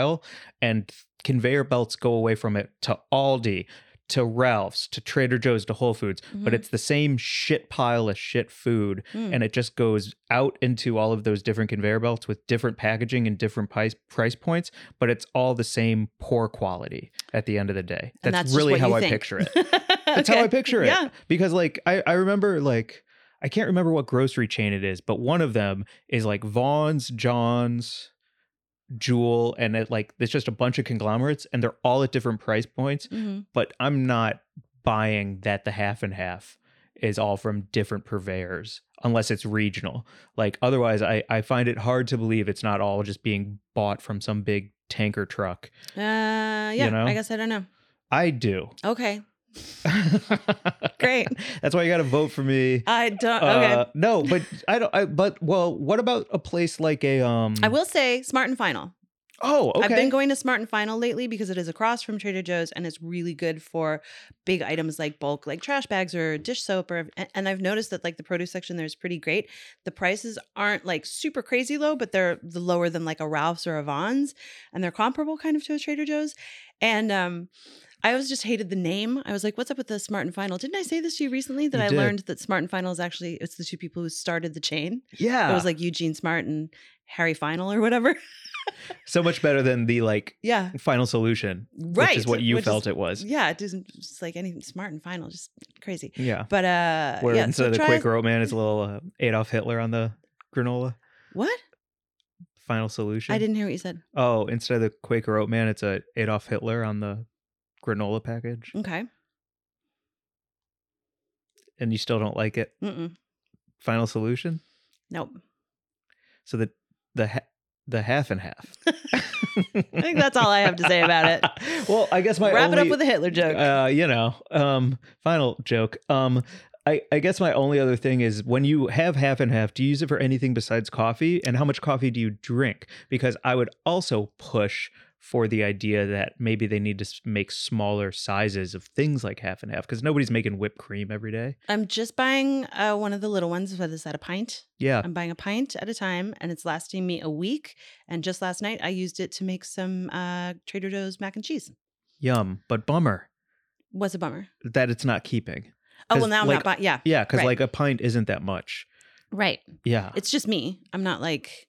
And conveyor belts go away from it to Aldi, to Ralph's, to Trader Joe's, to Whole Foods. But
Mhm.
it's the same shit pile of shit food,
Mm.
and it just goes out into all of those different conveyor belts with different packaging and different price price points. But it's all the same poor quality at the end of the day.
And
That's,
just
really
what
how
you
I
think.
picture it. That's
that's
how I picture it.
Yeah.
Because like I, I remember like I can't remember what grocery chain it is, but one of them is like Vaughn's, John's, Jewel, and it like there's just a bunch of conglomerates, and they're all at different price points.
Mhm.
But I'm not buying that the half and half is all from different purveyors unless it's regional. Like otherwise, I I find it hard to believe it's not all just being bought from some big tanker truck.
Uh, yeah,
know?
I guess I don't know.
I do.
Okay, great.
That's why you got to vote for me.
I don't. Okay,
Uh, no, but I don't. I, but well, what about a place like a um?
I will say Smart and Final.
Oh, okay.
I've been going to Smart and Final lately because it is across from Trader Joe's and it's really good for big items like bulk, like trash bags or dish soap. Or and, and I've noticed that like the produce section there is pretty great. The prices aren't like super crazy low, but they're the lower than like a Ralph's or a Vaughn's, and they're comparable kind of to a Trader Joe's. And um, I always just hated the name. I was like, "What's up with the Smart and Final?" Didn't I say this to you recently that
You
I
did.
learned that Smart and Final is actually it's the two people who started the chain.
Yeah,
It was like Eugene Smart and Harry Final or whatever.
so much better than the like
yeah.
final solution,
Right.
Which is what you
which is-
felt it was.
yeah, it doesn't just like anything smart and final, just crazy.
Yeah.
But uh
Where
yeah,
instead
so
of the
try-
quick rope man, it's a little uh, Adolf Hitler on the granola.
What?
Final solution.
I didn't hear what you said.
Oh, instead of the Quaker oat man, it's a Adolf Hitler on the granola package,
Okay.
and you still don't like it.
Mm-mm.
Final solution.
Nope.
So the the ha- the half and half.
I think that's all I have to say about it.
well, I guess my
Wrap it up
only-
with a Hitler joke.
Uh, you know, um, final joke. Um, I, I guess my only other thing is when you have half and half, do you use it for anything besides coffee? And how much coffee do you drink? Because I would also push for the idea that maybe they need to s- make smaller sizes of things like half and half because nobody's making whipped cream every day.
I'm just buying uh, one of the little ones. What is that? A pint?
Yeah.
I'm buying a pint at a time, and it's lasting me a week. And just last night, I used it to make some uh, Trader Joe's mac and cheese.
Yum. But bummer
Was a bummer.
that it's not keeping.
Oh
'Cause,
well, now I'm
like-
not buying. Yeah,
Yeah. Because
Right.
like a pint isn't that much.
right.
Yeah.
It's just me. I'm not like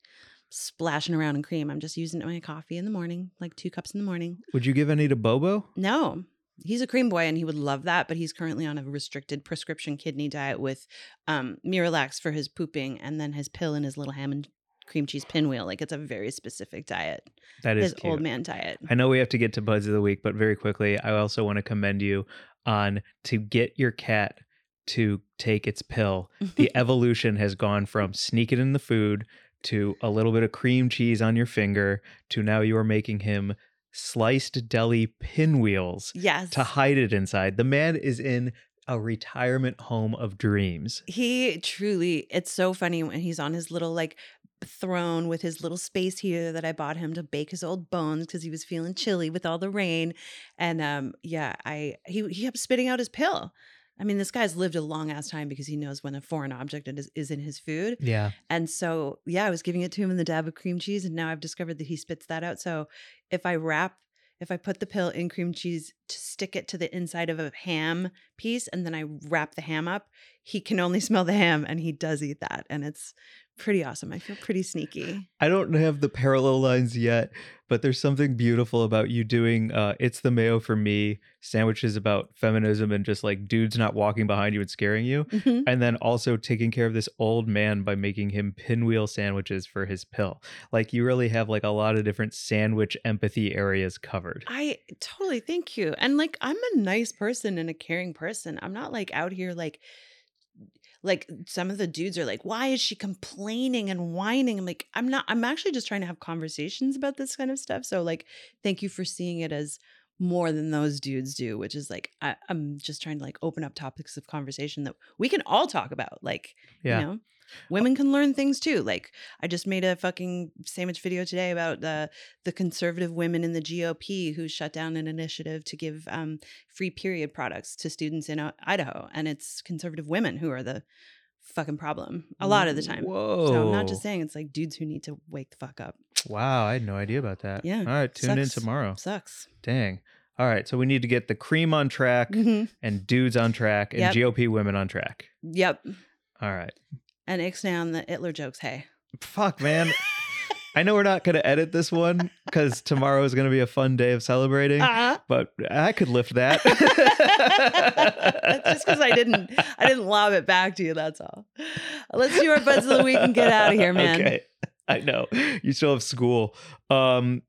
splashing around in cream. I'm just using it in my coffee in the morning, like two cups in the morning.
Would you give any to Bobo?
No, he's a cream boy and he would love that, but he's currently on a restricted prescription kidney diet with um, Miralax for his pooping and then his pill and his little ham and cream cheese pinwheel. Like it's a very specific diet,
That is
his
cute.
old man diet.
I know we have to get to buds of the week, but very quickly, I also want to commend you on to get your cat to take its pill. The evolution has gone from sneak it in the food to a little bit of cream cheese on your finger to now you are making him sliced deli pinwheels
yes.
to hide it inside. The man is in a retirement home of dreams.
He truly, it's so funny when he's on his little like throne with his little space heater that I bought him to bake his old bones because he was feeling chilly with all the rain. And um, yeah, I he he kept spitting out his pill. I mean, this guy's lived a long ass time because he knows when a foreign object is, is in his food.
Yeah.
And so, yeah, I was giving it to him in the dab of cream cheese, and now I've discovered that he spits that out. So, if I wrap, if I put the pill in cream cheese to stick it to the inside of a ham piece, and then I wrap the ham up, he can only smell the ham, and he does eat that, and it's pretty awesome. I feel pretty sneaky.
I don't have the parallel lines yet, but there's something beautiful about you doing uh, "It's the Mayo for Me" sandwiches about feminism and just like dudes not walking behind you and scaring you,
Mhm.
and then also taking care of this old man by making him pinwheel sandwiches for his pill. Like you really have like a lot of different sandwich empathy areas covered.
I totally thank you. And like I'm a nice person and a caring person. I'm not like out here like like some of the dudes are like, why is she complaining and whining? I'm like, I'm not I'm actually just trying to have conversations about this kind of stuff. So like thank you for seeing it as more than those dudes do, which is like I, I'm just trying to like open up topics of conversation that we can all talk about. Like
Yeah. Uh,
you know women can learn things too like i just made a fucking sandwich video today about uh, the conservative women in the gop who shut down an initiative to give um, free period products to students in uh, idaho and it's conservative women who are the fucking problem a lot of the time
Whoa.
so i'm not just saying it's like dudes who need to wake the fuck up
Wow, I had no idea about that.
Yeah,
All right, tune in
sucks.
tomorrow.
sucks
Dang. All right, so we need to get the cream on track
Mhm.
and dudes on track and
Yep.
GOP women on track.
yep
All right.
and ixnay on the hitler jokes hey
Fuck, man. I know we're not going to edit this one because tomorrow is going to be a fun day of celebrating,
Uh-huh.
but I could lift that.
that's just because I didn't I didn't lob it back to you. That's all. Let's do our buds of the week and get out of here, man.
Okay. I know. You still have school. Um,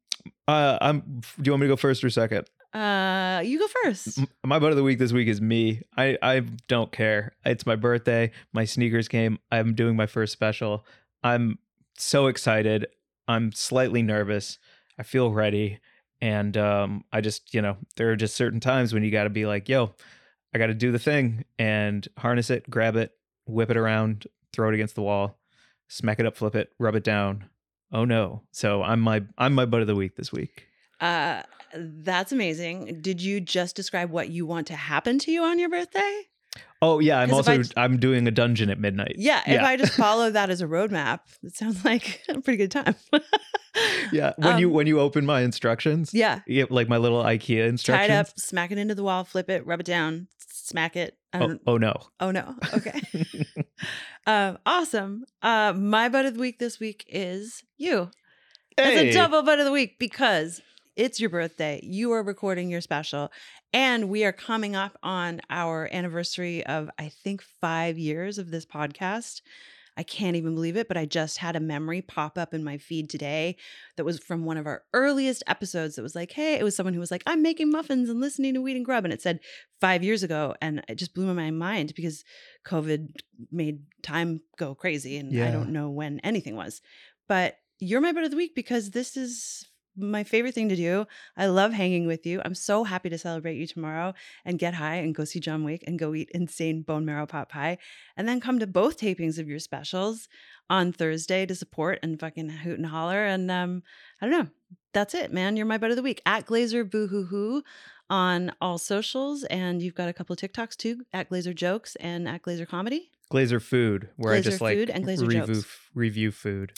uh, I'm. Do you want me to go first or second?
Uh, you go first.
M- My butt of the week this week is me. I, I don't care. It's my birthday. My sneakers came. I'm doing my first special. I'm so excited. I'm slightly nervous. I feel ready. And um, I just, you know, there are just certain times when you got to be like, yo, I got to do the thing and harness it, grab it, whip it around, throw it against the wall, smack it up, flip it, rub it down. Oh no. So I'm my I'm my butt of the week this week.
Uh, that's amazing. Did you just describe what you want to happen to you on your birthday?
Oh yeah, I'm
'Cause if I
also
j-
I'm doing a dungeon at midnight.
Yeah. If I just follow that as a roadmap, it sounds like a pretty good time.
Yeah, when you
Um,
when you open my instructions, yeah.
yeah.
like my little IKEA
Tie
instructions.
it up, smack it into the wall, flip it, rub it down, smack it. I
Oh,
don't,
oh no!
Oh no. Okay. um, awesome. Uh, my butt of the week this week is you. It's
Hey!
a double butt of the week because it's your birthday. You are recording your special, and we are coming up on our anniversary of I think five years of this podcast. I can't even believe it, but I just had a memory pop up in my feed today that was from one of our earliest episodes that was like, hey, it was someone who was like, I'm making muffins and listening to Weed and Grub. And it said five years ago. And it just blew my mind because COVID made time go crazy. And I
Yeah.
don't know when anything was. But you're my butt of the week because this is my favorite thing to do. I love hanging with you. I'm so happy to celebrate you tomorrow and get high and go see John Wick and go eat insane bone marrow pot pie and then come to both tapings of your specials on Thursday to support and fucking hoot and holler. And um, I don't know. That's it, man. You're my butt of the week at Glazer Boohoohoo on all socials. And you've got a couple of TikToks too at Glazer Jokes and at Glazer Comedy.
Glazer food, where I
Glazer
just like
food and Glazer
review
jokes.
f- review food.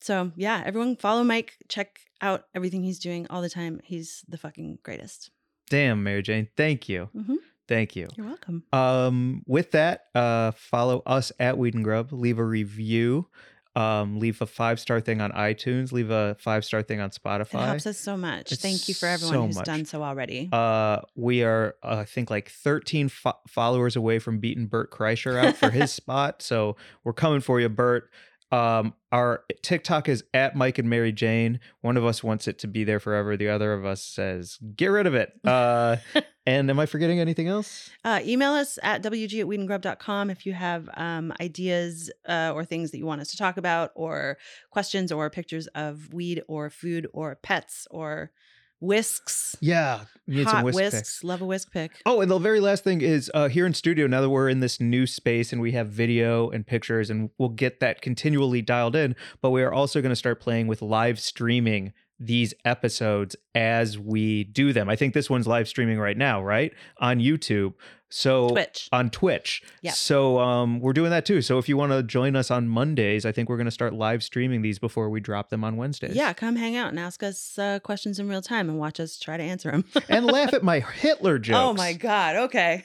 So yeah, everyone follow Mike. Check out everything he's doing all the time. He's the fucking greatest.
Damn, Mary Jane, thank you,
Mhm.
thank you.
You're welcome.
Um, with that, uh, follow us at Weed and Grub. Leave a review. Um, leave a five star thing on iTunes. Leave a five star thing on
It
Spotify.
helps us so much.
It's
Thank you for everyone
so
who's
much.
done so already.
Uh, we are, uh, I think, like 13 fo- followers away from beating Bert Kreischer out for his spot. So we're coming for you, Bert. Um, our TikTok is at Mike and Mary Jane. One of us wants it to be there forever. The other of us says, get rid of it. Uh, and am I forgetting anything else?
Uh, email us at wg at weedandgrub.com if you have um, ideas uh, or things that you want us to talk about, or questions, or pictures of weed, or food, or pets, or whisks.
Yeah. we Need some
Hot
whisk
whisks.
picks.
Love a whisk pick.
Oh, and the very last thing is uh, here in studio, now that we're in this new space and we have video and pictures, and we'll get that continually dialed in, but we are also going to start playing with live streaming these episodes as we do them. I think this one's live streaming right now, right? On YouTube. So
Twitch.
on Twitch.
Yep.
So um, we're doing that too. So if you want to join us on Mondays, I think we're going to start live streaming these before we drop them on Wednesdays.
Yeah, come hang out and ask us uh, questions in real time and watch us try to answer them.
and laugh at my Hitler jokes.
Oh my Oh God. Okay.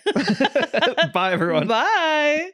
Bye, everyone.
Bye.